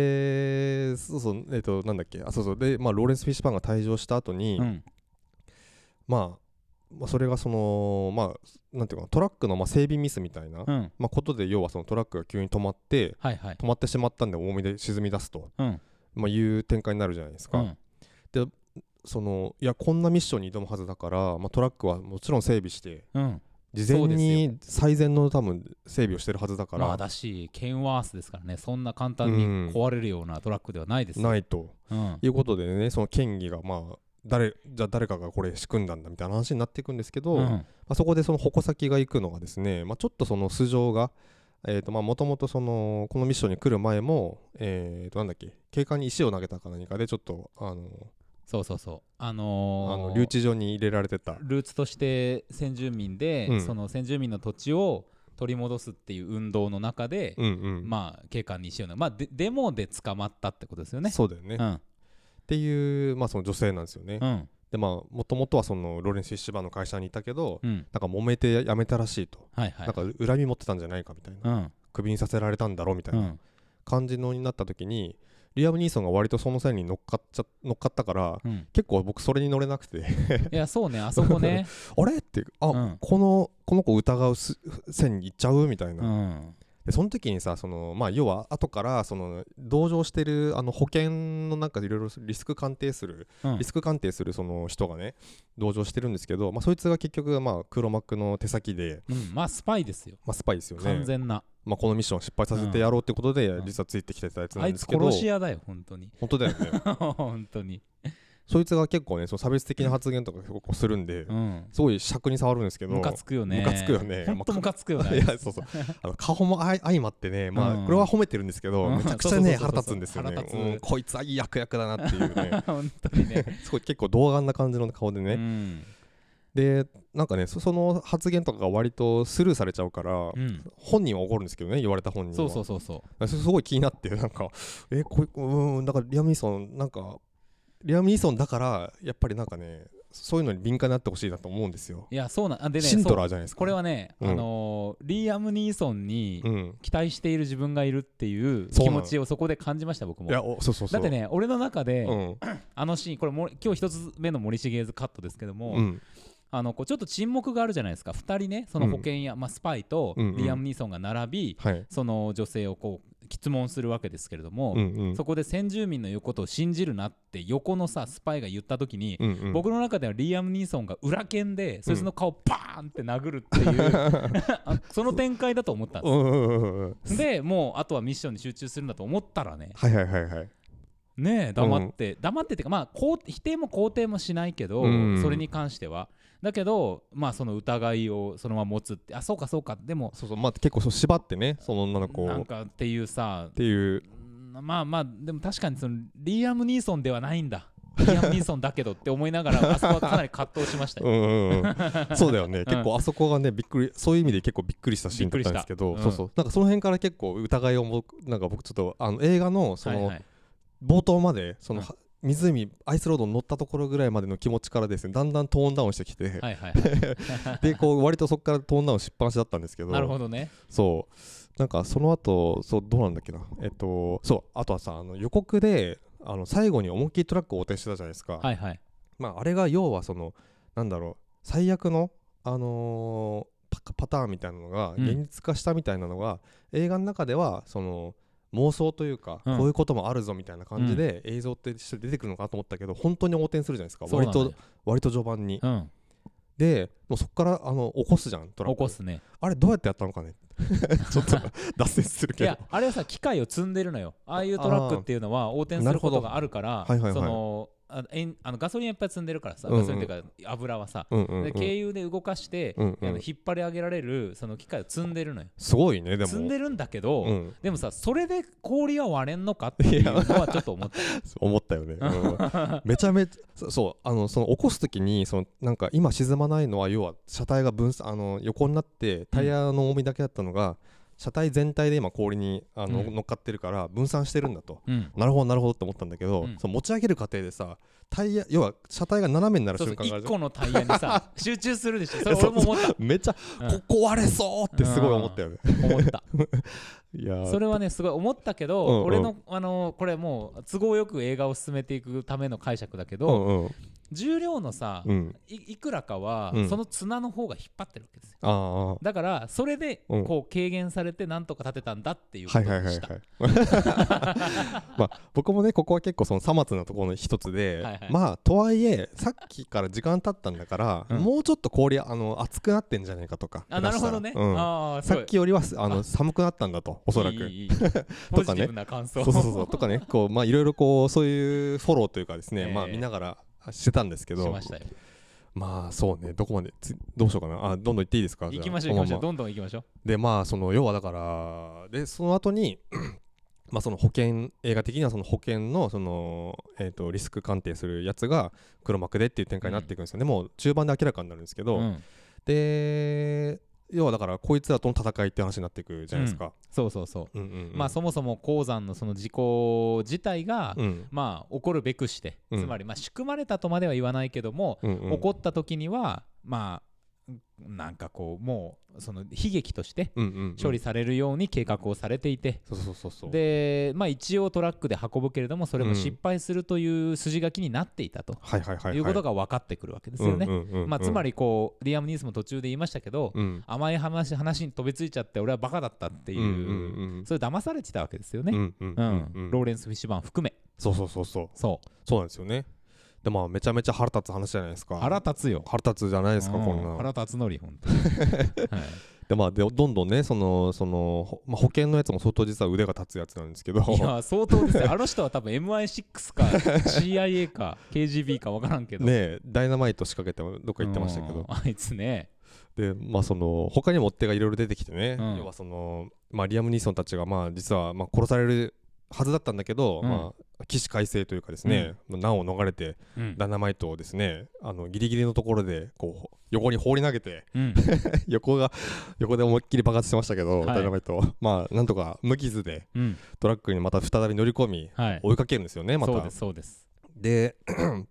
B: でそうそうえっ、となんだっけあそうそうでまあローレンス・フィッシュパンが退場した後に、
A: うん
B: まあ、まあそれがそのまあなんていうかなトラックのまあ整備ミスみたいな、
A: うん
B: まあ、ことで要はそのトラックが急に止まって
A: はいはい
B: 止まってしまったんで重みで沈み出すと、
A: うん
B: まあ、いう展開になるじゃないです
A: う
B: か、
A: ん
B: そのいやこんなミッションに挑むはずだから、まあ、トラックはもちろん整備して
A: うん
B: 事前
A: そうです
B: に最善の多分整備をしてるはずだから、
A: まあだしケンワースですからねそんな簡単に
B: うん
A: 壊れるようなトラックではないですよ
B: ないと
A: うん
B: いうことでねその県議がまあ誰じゃあ誰かがこれ仕組んだんだみたいな話になっていくんですけど、
A: うん
B: まあ、そこでその矛先が行くのがですね、まあ、ちょっとその素性がえーとまあもともとそのこのミッションに来る前も、えー、となんだっけ警官に石を投げたか何かでちょっとあの
A: そうそうそうあ
B: あ
A: のー
B: の留置場に入れられてた
A: ルーツとして先住民で、
B: うん
A: その先住民の土地を取り戻すっていう運動の中で、
B: うんうん、
A: まあ警官にしようなまあでデモで捕まったってことですよね
B: そうだよね、
A: う
B: っ
A: ん
B: ていう、まあ、その女性なんですよね、
A: うん
B: でまあもともとはそのローレンス・フィッシュバーンの会社にいたけど、
A: うん
B: なんか揉めて辞めたらしいと、
A: はいはい
B: なんか恨み持ってたんじゃないかみたいな、
A: うん
B: クビにさせられたんだろうみたいうなん感じのになった時にリアム・ニーソンが割とその線に乗っかっちゃ乗っかったから
A: うん
B: 結構僕それに乗れなくて <laughs>
A: いやそうねあそこね
B: あれってあ、
A: うん
B: このこの子疑うす線に行っちゃうみたいうな、
A: ん
B: でその時にさそのまあ要は後からその同乗してるあの保険のなんかいろいろリスク鑑定する
A: うん
B: リスク鑑定するその人がね同乗してるんですけど、まあ、そいつが結局まあ黒幕の手先で、
A: うんまあスパイですよ
B: まあ、スパイですよ
A: 完
B: ね、
A: 全な
B: まあ、このミッションを失敗させてやろうってことで、
A: うん
B: 実はついてきてたやつな
A: あ
B: ん
A: い
B: で
A: つ
B: すけど
A: 殺し屋だよ本
B: <laughs>
A: 当に
B: 本当だよ
A: <laughs>
B: ね
A: 本当に
B: そいつが結構ねその差別的な発言とか結構するんで、
A: うん
B: すごい尺に触るんですけど
A: ムカつくよね
B: ムカつくよね
A: 本当ムカつくよ
B: い
A: ね
B: や <laughs> そうそうあの顔もあい相まってね、まあ
A: うん
B: これは褒めてるんですけど、
A: うん
B: めちゃくちゃね
A: そうそう
B: 腹
A: そうそう
B: 立つんですよね
A: 腹立つ
B: うんこいつはい
A: <laughs>
B: い役役だなっていう
A: <laughs>
B: ね
A: 本当にね
B: すごい結構童顔な感じの顔でね、
A: うん
B: でなんかねそその発言とかが割とスルーされちゃうから、
A: うん、
B: 本人は怒るんですけどね言われた本人
A: そう
B: は
A: そうそうそ
B: あそすごい気になってなんかえこういううんだからリアム・ニーソンなんかリアム・ニーソンだからやっぱりなんかねそういうのに敏感になってほしいなと思うんですよ、
A: ういやそうなんあでね
B: シン
A: そ
B: ド
A: う
B: ラーじゃないですか
A: これはね、
B: うん
A: あのーリーアム・ニーソンに
B: うん
A: 期待している自分がいるっていう
B: そ
A: 気
B: うなの
A: 持ちをそこで感じました僕も
B: いやおそうそうそ
A: だ
B: う
A: ってね俺の中で、
B: うん
A: あのシーンこれも今日一つ目の森重ズカットですけども、
B: うん
A: あのこうちょっと沈黙があるじゃないですか2人ねその保険や、まあ、スパイと
B: うんうん
A: リアム・ニーソンが並び、
B: はい
A: その女性をこう質問するわけですけれども、
B: うんうん
A: そこで先住民の言うことを信じるなって横のさスパイが言った時に、
B: うんうん
A: 僕の中ではリーアム・ニーソンが裏剣でそいつの顔バーンって殴るっていう、
B: <laughs>
A: あその展開だと思ったんで
B: うんうんうんうんうん
A: すでもうあとはミッションに集中するんだと思ったらね
B: はいはいはいはい
A: ねえ黙って、黙ってってかまあ肯定否定も肯定もしないけど、
B: うん
A: それに関してはだけどまあその疑いをそのまま持つってあそうかそうかでも
B: そうそうまあ結構そう縛ってねその女の子
A: な
B: を
A: ん
B: っ
A: かっていうさ
B: て <laughs> いう
A: うんまあまあでも確かにそのリーアム・ニーソンではないんだリーアム・ニーソンだけどって思いなが
B: <laughs>
A: らあそこはかなり葛藤しました
B: う
A: よ、
B: んうんうんそうだよね、結構あそこがねびっくりそういう意味で結構びっくりしたシーンだったんですけ
A: びっ
B: ど、
A: くり
B: そ
A: した
B: うそうなんかその辺から結構疑いをもなんか僕ちょっとあの映画のそ
A: は
B: の
A: い
B: 冒頭までその、
A: うん
B: は湖アイスロードに乗ったところぐらいまでの気持ちからですねだんだんトーンダウンしてきて、
A: はい、はいはいはい
B: でこう割とそこからトーンダウンしっぱなしだったんですけど
A: なるほどね
B: そうなんかその後そうどうなんだっけなえっとそうあとはさあの予告であの最後に思いっきりトラックを横転してたじゃないですか、
A: はいはい
B: まあ、あれが要はそのなんだろう最悪の、あのーパパターンみたいなのが
A: うん
B: 現実化したみたいなのが、映画の中ではその妄想というか、
A: うん
B: こういうこともあるぞみたいな感じで映像って一緒に出てくるのかなと思ったけど本当に横転するじゃないですか
A: そうな
B: 割
A: んだよ
B: と割と序盤に。
A: うん
B: でもうそこからあの起こすじゃんトラッ
A: 起
B: ク
A: こすね
B: あれどうやってやったのかね <laughs> ちょっと脱線する
A: い
B: けど
A: やあれはさ機械を積んでるのよああいうトラックっていうのは横転することがあるから
B: なるほどはいはいはい
A: そのあえんあのガソリンいっぱい積んでるからさ
B: うんうん
A: ガソリンっていうか油はさ、
B: うんうんう
A: で
B: ん
A: 軽油で動かして、
B: うんうん
A: あの引っ張り上げられるその機械を積んでるのよ
B: すごいねでも
A: 積んでるんだけど、
B: うん、
A: でもさそれで氷は割れんのかっていうのはちょっと思った
B: 思ったよね、
A: <laughs>
B: うんめちゃめちゃそそうあのその起こす時にそのなんか今沈まないのは要は車体が分散あの横になってタイヤの重みだけだったのが、車体全体で今氷にあの、
A: うん
B: 乗っかってるから分散してるんだと。
A: うん
B: なるほどなるほどって思ったんだけど、
A: うん
B: その持ち上げる過程でさタイヤ要は車体が斜めになる
A: そうそう
B: 瞬間があ
A: 1
B: るじゃん
A: 個のタイヤに
B: <laughs>
A: さ集中するでしょそれ俺も思った
B: めっちゃ、
A: うん
B: ここ壊れそうってすごい思ったよね、
A: 思
B: <laughs>
A: った
B: いやー
A: それはねすごい思ったけど、
B: うんうん
A: 俺の、あのーこれもう都合よく映画を進めていくための解釈だけ
B: う
A: ど、
B: んうん
A: 重量のさ、
B: うん
A: いいくらかは、
B: うん
A: その綱の方が引っ張ってるわけですよ
B: ああは
A: だからそれで
B: うん
A: こう軽減されてなんとか立てたんだっていうこ
B: いは
A: と
B: い
A: で
B: はいはい
A: し
B: はい
A: た
B: <laughs> まあ僕もねここは結構そのさまつなところの一つで、
A: はいはい
B: まあとはいえさっきから時間経ったんだから、
A: うん
B: もうちょっと氷あの熱くなってんじゃないかとか
A: あなるほどね、
B: 下手したらうん
A: ああす
B: さ
A: ごい
B: っきよりはすあの
A: あ
B: 寒くなったんだ <laughs> とおそらく
A: いいいいいいポジティブな感
B: そ
A: 想
B: うそうそうそうとかねこうまあいろいろこうそういうフォローというかですね、
A: ええ
B: まあ見ながらしてたんですけど
A: しましたよ
B: まあそうねどこまでつどうしようかなあどんどん行っていいですかじゃ
A: 行
B: あ
A: きましょう行きましょう
B: このま
A: どんどん行きましょう
B: までまあその要はだからでその後に <clears throat> まあその保険映画的にはその保険のその、えー、とリスク鑑定するやつが黒幕でっていう展開になっていくんですよね、もう中盤で明らかになるんですけど、
A: うん
B: で要はだからこいつらとの戦いって話になっていくじゃないですか、
A: そうそうそう
B: うんうんうん
A: まあそもそも鉱山のその事故自体が、
B: うん
A: まあ起こるべくして、
B: うん
A: つまりまあ仕組まれたとまでは言わないけども、
B: うんうん
A: 起こった時にはまあなんかこうもうその悲劇として
B: うんうんうん
A: 処理されるように計画をされていて、
B: そうそうそうそう
A: でまあ一応トラックで運ぶけれどもそれも失敗するという筋書きになっていたと、
B: はいはいはいい、
A: う
B: は
A: こ
B: い
A: とが分かってくるわけですよね。
B: うんうんうんうん
A: まあ、つまりこうリアム・ニースも途中で言いましたけど、
B: うん
A: 甘い話話に飛びついちゃって俺はバカだったっていう,、
B: うんうんうん
A: それ騙されてたわけですよ
B: う
A: ね、
B: んうん
A: う
B: うんんうん
A: ローレンス・フィッシュバーン含め
B: そうそうそうそう
A: そう
B: そうなんですよねでまあめちゃめちゃ腹立つ話じゃないですか
A: 腹立つよ
B: 腹立つじゃないですか
A: うん
B: こんな
A: 腹
B: の
A: 立つのり本当に、
B: <laughs>
A: はい、
B: でまあでどんどんねそのその、ほまあ、保険のやつも相当実は腕が立つやつなんですけど
A: いや相当ですよあの人は多分 MI6 か CIA か KGB か分からんけど
B: ねえダイナマイト仕掛けてもどっか行ってましたけ
A: うん
B: ど
A: あいつね
B: でまあその他にも追っ手がいろいろ出てきてね、
A: うん
B: 要はその、まあ、リアム・ニーソンたちがまあ実はまあ殺されるはずだったんだけど、
A: うん
B: まあ、起死回生というかですね、まあ難を逃れて
A: うん
B: ダイナマイトをですねあのギリギリのところでこう横に放り投げて
A: うん
B: 横が横で思いっきり爆発してましたけど、
A: はい
B: ダイナマイトをまあなんとか無傷で
A: うん
B: トラックにまた再び乗り込み
A: はい
B: 追いかけるんですよねまた
A: そうですそうです
B: で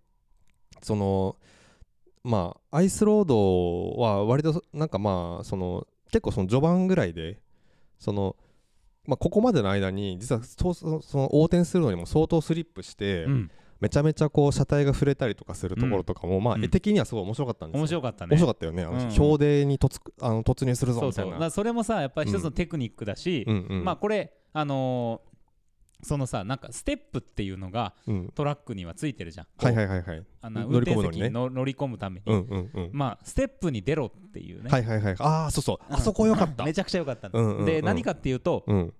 B: <clears throat> そのまあアイスロードは割となんかまあその結構その序盤ぐらいでその、まあ、ここまでの間に実はそうそその横転するのにも相当スリップして、
A: うん
B: めちゃめちゃこう車体が触れたりとかするところとかも、まあ
A: うん
B: 絵的にはすごい面白かったんですよ、
A: 面白かったね
B: 面白かったよねあの、
A: うん
B: 標定に突あの突入するぞ
A: そう
B: みた
A: そ
B: いうな
A: まあそれもさやっぱり一つのテクニックだし
B: うんうん
A: まあこれあのーそのさなんかステップっていうのが
B: うん
A: トラックにはついてるじゃん
B: はいはいいはいはい
A: あの運
B: 乗り
A: 転
B: 込むの
A: 席
B: に
A: に
B: ね
A: の乗り込むために
B: うんうんうん、
A: まあステップに出ろっていうね
B: はいはいはいああそうそう、
A: うん
B: あそこよかった
A: めちゃくちゃ良かった
B: うんうんう
A: の
B: ん
A: で何かっていうと
B: うん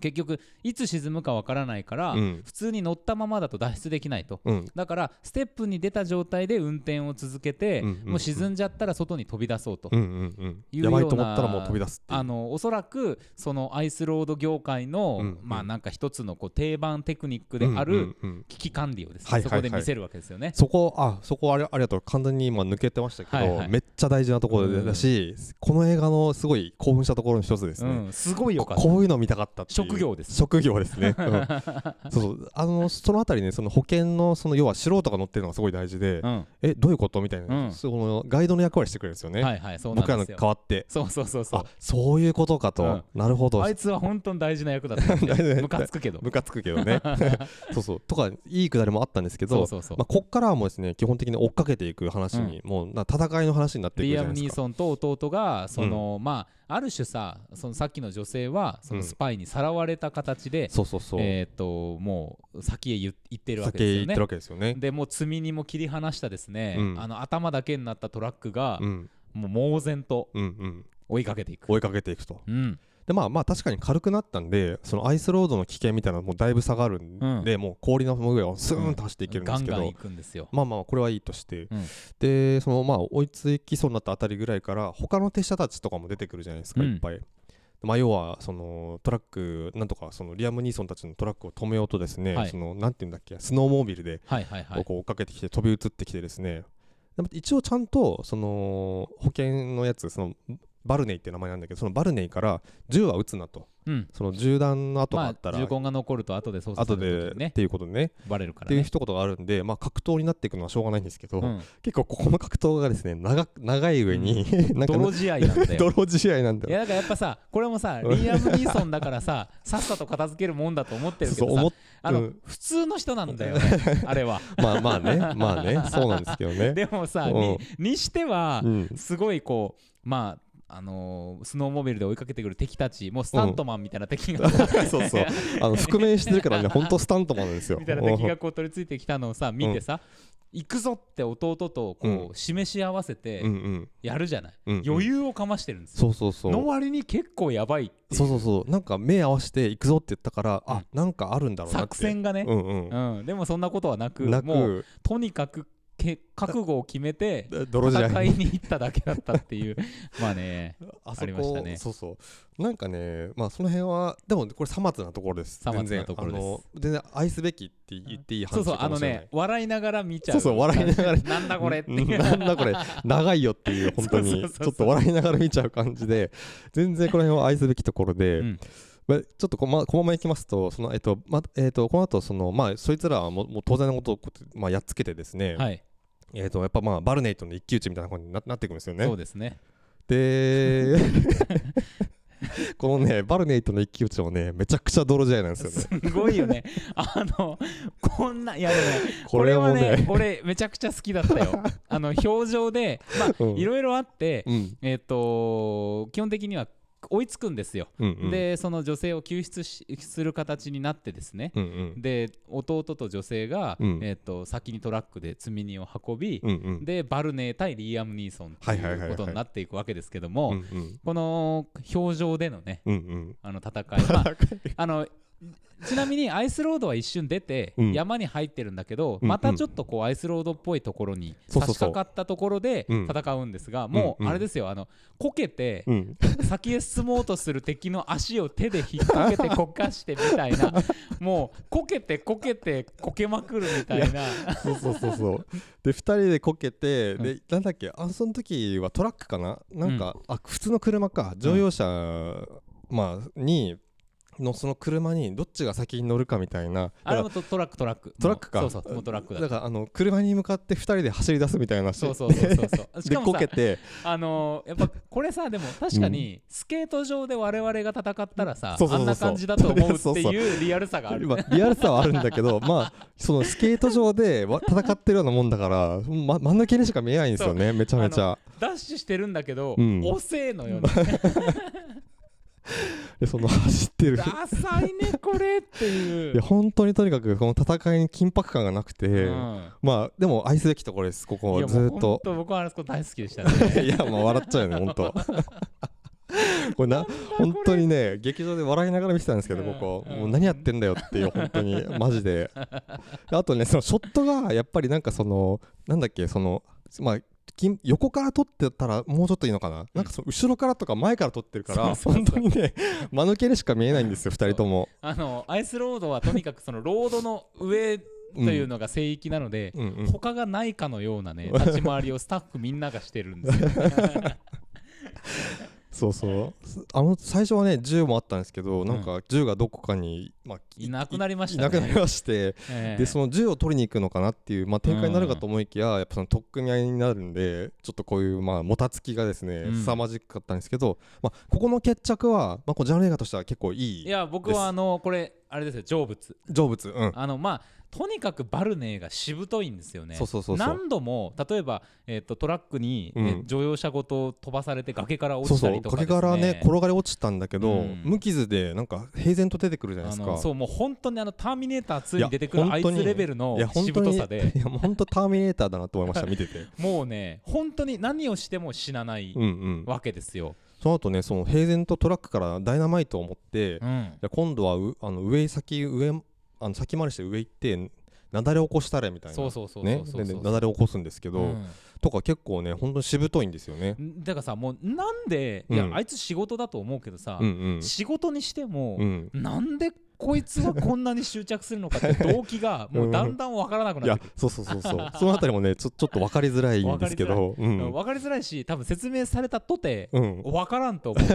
A: 結局いつ沈むかわからないから
B: うん
A: 普通に乗ったままだと脱出できないと
B: うん
A: だからステップに出た状態で運転を続けて
B: うんうんうん
A: もう沈んじゃったら外に飛び出そうと
B: うんうんうん、
A: いうよ
B: や
A: うな
B: ばいと思ったらもう飛び出すっていう
A: あのおそらくそのアイスロード業界の、
B: うんうん
A: まあなんか一つのこう定番テクニックであ
B: うん
A: る
B: うんうん
A: 危機管理をですね、
B: はいはいはい
A: そこで見せるわけですよね。
B: そこあそこあれありがとう完全に今抜けてましたけど、
A: はいはい
B: めっちゃ大事なところだし、この映画のすごい興奮したところの一つですね、
A: うん、すごいよ
B: こ
A: かった。
B: こういうの見たかったっていう
A: 職業です
B: 職業で
A: <laughs>
B: すね、うんそうそうあのそのあたりねその保険のその要は素人が乗ってるのがすごい大事で、
A: うん、
B: えどういうことみたいな、
A: うん
B: そのガイドの役割してくれるんですよね、
A: はいはい、そうなん
B: 僕ら
A: で
B: の
A: すよ
B: 代。わって
A: そうそうそうそう
B: あ。そういうことかと、
A: うん
B: なるほど
A: あいつは本当に大事な役だったん
B: <laughs> 大事な
A: で、
B: 役
A: ムカつくけど。
B: ムカつくけ
A: <laughs>
B: どねそうそうとかいいくだりもあったんですけど
A: そうそうそう。
B: まあ、こっからはもうですね基本的に追っかけていく話に、もうな戦いの話になっていくじ
A: リ
B: ゃ
A: ア
B: な
A: ム・
B: いで
A: ニー
B: すか。
A: ソンと弟がその、まあある種さそのさっきの女性はそうの
B: ん
A: スパイにさらわれた形で、
B: そうそうそう。
A: えっ、ともう先へ行ってるわけ
B: 酒
A: ですよ
B: 行って
A: ね
B: る。わけですよね。
A: でもう積にも切り離したですね、
B: うん
A: あの頭だけになったトラックが、
B: うん
A: もう猛然と
B: うんうん。
A: 追いかけていく。
B: 追いかけていくと。
A: うん、
B: でまあまあ確かに軽くなったんでそのアイスロードの危険みたいなのもだいぶ下がるんで、もう氷の上をスーンと走っていけるんで
A: ガ
B: す
A: ン
B: けど、
A: ガン行くんですよ。
B: まあまあこれはいいとして、
A: うん
B: でそのまあ追いつきそうになったあたりぐらいから他の手下たちとかも出てくるじゃないですか、
A: うん
B: いっぱい。まあ、要はそのトラックなんとかそのリアム・ニーソンたちのトラックを止めようとですね、
A: はい
B: そのなんていうんだっけスノーモービルで
A: はいはいは
B: を
A: い。
B: こう追っかけてきて飛び移ってきてですねでも一応ちゃんとその保険のやつそのバルネイって名前なんだけどそのバルネイから銃は撃つなと
A: うん、
B: その銃弾の跡があ
A: ま
B: った
A: あ
B: ら、
A: 銃痕が残ると後で操作す
B: 後
A: る
B: で
A: 時に
B: っ
A: ね
B: ていうことでね
A: バレるか
B: っ
A: ら
B: ていう
A: ね。
B: 一言があるんで、まあ、格闘になっていくのはしょうがないんですけ
A: う
B: ど、
A: ん
B: 結構ここの格闘がですね長く長い上に、 <laughs> なんか
A: 泥仕合なんだよ。
B: 泥試合なんだ
A: い
B: よ
A: やだからやっぱさこれもさリアム・ニーソンだからささっさと片付けるもんだと思ってるけ
B: そう
A: ど
B: 思
A: さ
B: っ
A: あの、
B: うん
A: 普通の人なんだ
B: <laughs>
A: よねあれは。
B: まあまあね
A: <laughs>
B: まあねそうなんですけどね。
A: でもさ
B: うん
A: ににしては
B: うん <laughs>
A: すごいこうまああのースノーモービルで追いかけてくる敵たちもうスタントマンみたいな敵が、
B: そうそうあの覆面してるからね本当スタントマンなんですよ。
A: <laughs> みたいな敵がこう取り付いてきたのをさ見てさ、行くぞって弟とこう、
B: う
A: 示し合わせて
B: うんうん
A: やるじゃない、
B: うんうん
A: 余裕をかましてるんですよ
B: そうそうそう。
A: の割に結構やばいってい
B: そうそうそうなんか目合わせて行くぞって言ったから、
A: うん
B: あなんかあるんだろうなって
A: 作戦がね、
B: うんうん、
A: うん、でもそんなことはなく
B: なく
A: もうとにかくけ覚悟を決めて
B: 泥試合
A: 戦いに行っただけだったって
B: <laughs>
A: いうまあね
B: あ
A: ありましたね
B: そうそうなんかねまあその辺はでもこれさまつなところです
A: さまつなところです
B: 全然あの全然愛すべきって言っていい話
A: そうそうあ
B: かも
A: の
B: しれない
A: ね笑いながら見ちゃ
B: そううそう笑いながら
A: <laughs> なんだこれって
B: うん
A: いう
B: <laughs> なんだこれ長いよっていう本当
A: <laughs> そうそ
B: に
A: うそう
B: ち
A: そう
B: ょっと笑いながら見ちゃう感じで全然この辺は愛すべきところで、
A: うん
B: まちょっとこ,、ま、このままいきますとその、えっとまえっと、この後その、まあそいつらはもうもう当然のことをこうやってまあ、やっつけてですね、
A: はい、
B: えー、とやっぱまあバルネイトの一騎打ちみたいな感じにななっていくんですよ
A: そ
B: ね
A: う。ですね
B: で <laughs> このねバルネイトの一騎打ちもねめちゃくちゃ泥試合なんですよね
A: す。ごいよね <laughs> あのこんないやでもね
B: <laughs> これも
A: こは
B: ね
A: ね俺めちゃくちゃ好きだった
B: <laughs>
A: よあの表情でまあ
B: うん
A: いろいろあって
B: うん
A: えっ、と基本的には追いつくんですよ、
B: うんうん
A: でその女性を救出しする形になってですね、
B: うんうん
A: で弟と女性が、
B: うん
A: えー、と先にトラックで積み荷を運び、
B: うんうん
A: でバルネー対リーアム・ニーソンと
B: はいはいはいいうはい
A: ことになっていくわけですけども、
B: うんうん
A: この表情でのね
B: うんうん <laughs>
A: あの戦い、まあ、あのちなみにアイスロードは一瞬出て
B: うん
A: 山に入ってるんだけど、
B: うん
A: またちょっとこうアイスロードっぽいところに
B: そう
A: 差
B: そう
A: し
B: そう
A: 掛かったところで
B: うん
A: 戦うんですが、もう
B: う
A: ん
B: うん
A: あれですよあのこけて
B: うん、
A: 先へ進もうとする敵の足を手で引っ掛け
B: <laughs>
A: てこかしてみたいなもうこけてこけてこけまくるみた
B: <laughs>
A: いな
B: そうそうそうそうで2人でこけて、
A: うん
B: でなんだっけあその時はトラックかななんか、あ普通の車か乗用車、まあにのその車にどっちが先に乗るかみたいな
A: あれ
B: だか
A: もトトラックトラック
B: トラックか
A: もうそうそうもうトラック
B: ら
A: だ
B: だからあの車に向かって2人で走り出すみたいな
A: そうそうそうそうそうし
B: で
A: かも
B: こ
A: さ
B: けて
A: あのーやっぱこれさでも確かにスケート場で我々が戦ったらさ
B: そうそう
A: あ
B: そ
A: ん
B: うそう
A: な感じだと思う
B: そ
A: っ
B: う
A: て
B: そう
A: いうリアルさがある
B: まあリアルさはあるんだけどまあそのスケート場でわ戦ってるようなもんだから、ま、真ん中にしか見えないんですよねめちゃめちゃ
A: ダッシュしてるんだけど、
B: うん
A: 遅えのよね
B: でその走ってる
A: ダサいねこれっていう
B: いや本当にとにかくこの戦いに緊迫感がなくて、
A: うん
B: まあでも愛すべきところですここ
A: い
B: は
A: や
B: ず
A: もう
B: っと
A: ほん僕はあそこ大好きでしたね
B: いやもう笑っちゃうよね
A: <laughs>
B: 本当これな本当にね劇場で笑いながら見てたんですけど
A: うん
B: ここ、
A: うん
B: もう何やってんだよっていう本当にマジであとねそのショットがやっぱりなんかそのなんだっけそのまあ近横から撮ってたらもうちょっといいのかな、なんかその後ろからとか前から撮ってるから
A: そうそうそう
B: 本当にね間抜けでしか見えないんですよ2人とも、
A: あのアイスロードはとにかくそのロードの上というのが聖域なので、
B: うんうん、
A: 他がないかのようなね立ち回りをスタッフみんながしてるん
B: <laughs>
A: ですよ
B: そうそうすあの最初はね銃もあったんですけどなんか銃がどこかに、まあ、
A: いなくなりましたね
B: いなくなりまして、
A: ええ
B: でその銃を取りに行くのかなっていう、まあ、展開になるかと思いきや、やっぱその取っ組み合いになるんでちょっとこういう、まあ、もたつきがですね、
A: うん
B: 凄まじかったんですけど、まあ、ここの決着は、まあ、こうジャンル映画としては結構い
A: い
B: い
A: や僕
B: です
A: はあのこれあれですよ成仏
B: 成仏、 <laughs> うん、
A: あのまあとにかくバルネーがしぶといんですよね
B: そうそうそうそう
A: 何度も例えば、えっとトラックに、
B: うん
A: えー乗用車ごと飛ばされて崖から落
B: そう
A: ち
B: そ
A: たり
B: う
A: とか
B: 崖
A: です、ね、
B: からね転がり落ちたんだけど、
A: うん
B: 無傷でなんか平然と出てくるじゃない
A: あ
B: ですか
A: のそうもう本当にあのターミネーター2に出てく
B: い
A: る
B: や
A: あい
B: 本当に
A: つレベルの
B: いや本
A: し
B: 当
A: ぶ
B: に
A: とさで
B: いやもう本当ターミネーターだなと思いました見
A: <laughs>
B: てて
A: もうね本当に何をしても死なない
B: うんうん
A: わけですよ、
B: その後ねその平然とトラックからダイナマイトを持って、
A: う
B: じ
A: ん
B: ゃあ今度はうあの上先上あの先回りして上行って雪崩起こしたれみたいな
A: そうそうそうそ
B: ね
A: う
B: で
A: そう
B: で
A: そ
B: 雪
A: う
B: 崩起こすんですけど、
A: うん
B: とか結構ね本当にしぶといんですよね。
A: だからさもうなんで、いや
B: うん
A: あいつ仕事だと思うけどさ、
B: うんうん
A: 仕事にしても、
B: うん
A: なんでこいつはこんなに執着するのかって動機がもうだんだん分からなく
B: い
A: なっ
B: や
A: てくる。
B: そうそうそうそう
A: <laughs>
B: そのあたりもねちょちょっと分かりづらいんですけど、う
A: うん
B: ん
A: 分かりづらいし多分説明されたとて <laughs>
B: うん、
A: 分からんと思う。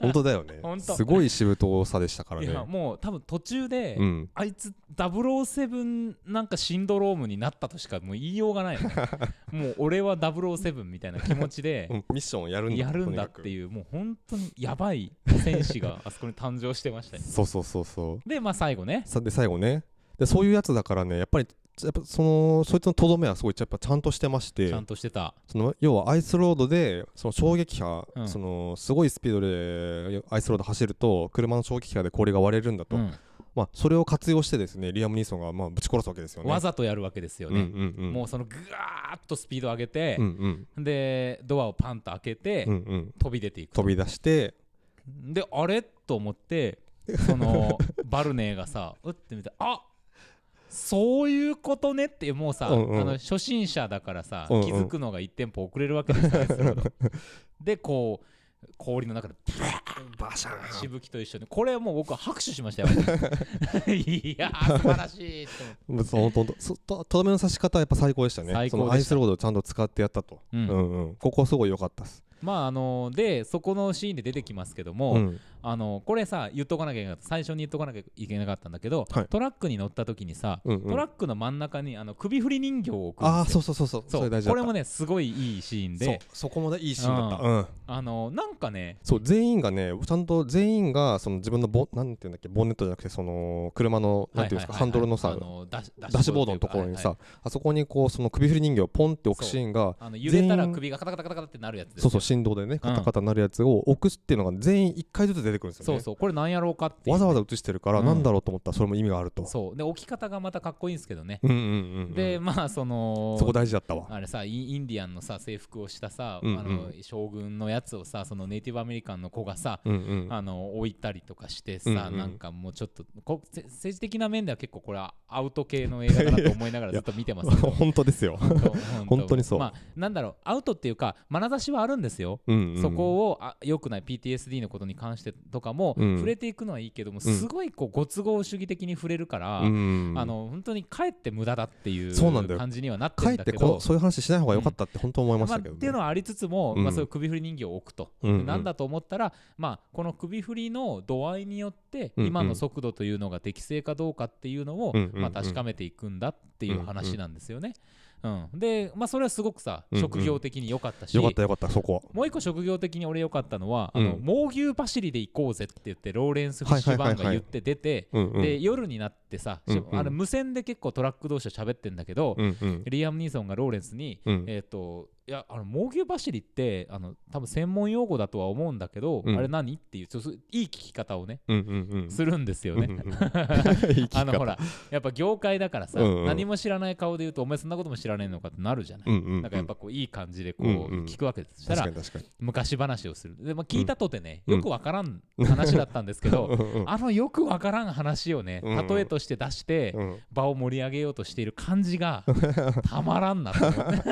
B: 本当だよね
A: 本当
B: すごいしぶとさでしたから
A: いや
B: ね。
A: もう多分途中で、
B: うん、
A: あいつ007なんかシンドロームになったとしかもう言いようがないよ
B: <laughs>
A: ねもう俺は007みたいな気持ちで
B: うんミッションをやるんだ
A: やるんだっ
B: と
A: て
B: に
A: いうもう本当にやばい戦士があそこに誕生してました
B: か
A: よ
B: くそうそうそうそう
A: でまあ最後ね
B: さで最後ねでそういうやつだからねやっぱりやっぱそのそいつのとどめはすごいやっぱちゃんとしてまして
A: ちゃんとしてた、
B: その要はアイスロードでその衝撃波、
A: うん
B: そのすごいスピードでアイスロード走ると車の衝撃波で氷が割れるんだと、
A: うん
B: まあ、それを活用してですねリアム・ニーソンがまあぶち殺すわけですよね。
A: わざとやるわけですよ
B: うん
A: ね、
B: うんうん
A: もうそのぐわーっとスピード上げて、
B: うんうん
A: でドアをパンと開けて、
B: うんうん
A: 飛び出ていくと
B: 飛び出して
A: であれと思
B: <laughs>
A: ってそのバルネーがさ打ってみてあそういうことねってもうさ、
B: うんうん
A: あの初心者だからさ、
B: うんうん
A: 気づくのが1店舗遅れるわけですよ、ね
B: <laughs>
A: それほどでこう氷の中でブワー
B: バシャーン
A: しぶきと一緒にこれはもう僕は拍手しました
B: <laughs>
A: よいやー素晴らしいって思って
B: もうそのととそととどめの刺し方はやっぱ最高でしたね
A: 最高でした
B: そのアイスロードをちゃんと使ってやったと、
A: うん
B: うんうんここすごい良かったです。
A: まああのでそこのシーンで出てきますけども、
B: うん
A: あのこれさ言っとかなきゃいけなかった最初に言っとかなきゃいけなかったんだけど、
B: はい
A: トラックに乗った時にさ、
B: うんうん
A: トラックの真ん中にあの首振り人形を置く
B: あ
A: ん
B: あ
A: です
B: そ
A: よ
B: うそうそうそうそれ大事だ
A: こ
B: った
A: れもねすごいいいシーン
B: そう
A: で
B: そこもねいいシーンだった、うん、
A: あのなんかね
B: そう全員がねちゃんと全員がその自分のボなんていうんだっけボンネットじゃなくてその車のなんていうんですか
A: はは
B: ハンドルの
A: は
B: さ
A: いあのダッシュ
B: ダッシュボードのところにさ、
A: はい
B: あそこにこうその首振り人形をポンって置く
A: そう
B: シーンが
A: はいあの揺れたら
B: 全員
A: 首がカタカタカタカタってなるやつです
B: そ
A: よ
B: うそう振動でねカタカタなるやつを置くっていうのが全員一回ずつ出出てくるんですよね
A: そうそうこれなんやろうかっていう
B: わざわざ映してるから
A: うん
B: なんだろうと思ったらそれも意味があると、
A: そうで置き方がまたかっこいいんですけどね、
B: うんうんうんうん
A: でまあその
B: そこ大事だったわ
A: あれさインインディアンのさ制服をしたさ、
B: うんうん
A: あの将軍のやつをさそのネイティブアメリカンの子がさ、
B: うんうん
A: あの置いたりとかしてさ、
B: うんうん
A: なんかもうちょっとこせ政治的な面では結構これはアウト系の映画だなと思いながら
B: <laughs>
A: ずっと見てますけど
B: <laughs> 本当ですよ、
A: 本当
B: 本当にそう
A: まあ、なんだろうアウトっていうか眼差しはあるんですよ、
B: うんうん
A: そこをあ良くない PTSD のことに関してとかも、
B: うん
A: 触れていくのはいいけどもすごいこうご都合主義的に触れるから、
B: うん
A: あの本当にかえって無駄だってい
B: そうなんだ
A: う
B: よ
A: 感じにはなって
B: か
A: る
B: え
A: ん
B: っ
A: だ
B: て
A: け
B: この
A: ど。
B: そういう話しない方が良かったって本当思いまし
A: まあ、
B: た
A: っ
B: けど、ね
A: ていうのはありつつも、
B: うん
A: まあ、そういう首振り人形を置くと、
B: うんうん
A: でなんだと思ったら、まあ、この首振りの度合いによって、
B: うんうん
A: 今の速度というのが適正かどうかっていうのを、
B: うんうんうん
A: まあ、確かめていくんだっていう話なんですよね。うんで、まあ、それはすごくさ、
B: うんうん
A: 職業的に良かったし
B: よかったよかったそこ
A: もう一個職業的に俺良かったのは、あの
B: うん
A: 猛牛走りで行こうぜって言ってローレンス・フィッシュバーンが言って出て、
B: うんうん
A: で夜になってさ、し
B: うんうん
A: あれ無線で結構トラック同士で喋ってんだけど、
B: うんうん
A: リアム・ニーソンがローレンスに、
B: うん
A: えっ、といやあの猛牛走りってあの多分専門用語だとは思うんだけど、
B: うん
A: あれ何っていうちょっといい聞き方をね
B: うんうんうん
A: するんですよね。
B: <laughs> うんうんうん生き
A: <laughs>
B: 方
A: あのほらやっぱ業界だからさ、
B: うんうん
A: 何も知らない顔で言うとお前そんなことも知らねえのかってなるじゃない、
B: うんうんうん
A: なんかやっぱこういい感じでこう
B: うんうん
A: 聞くわけです、した
B: 確
A: ら
B: かに確かに
A: 昔話をするで、まあ、聞いたとてね、
B: うん
A: よくわからん話だったんですけど、
B: うんうん
A: <laughs> あのよくわからん話をね
B: うん
A: 例えとして出して、
B: うん
A: <laughs> 場を盛り上げようとしている感じ
B: <laughs>
A: がたまらんなと思っ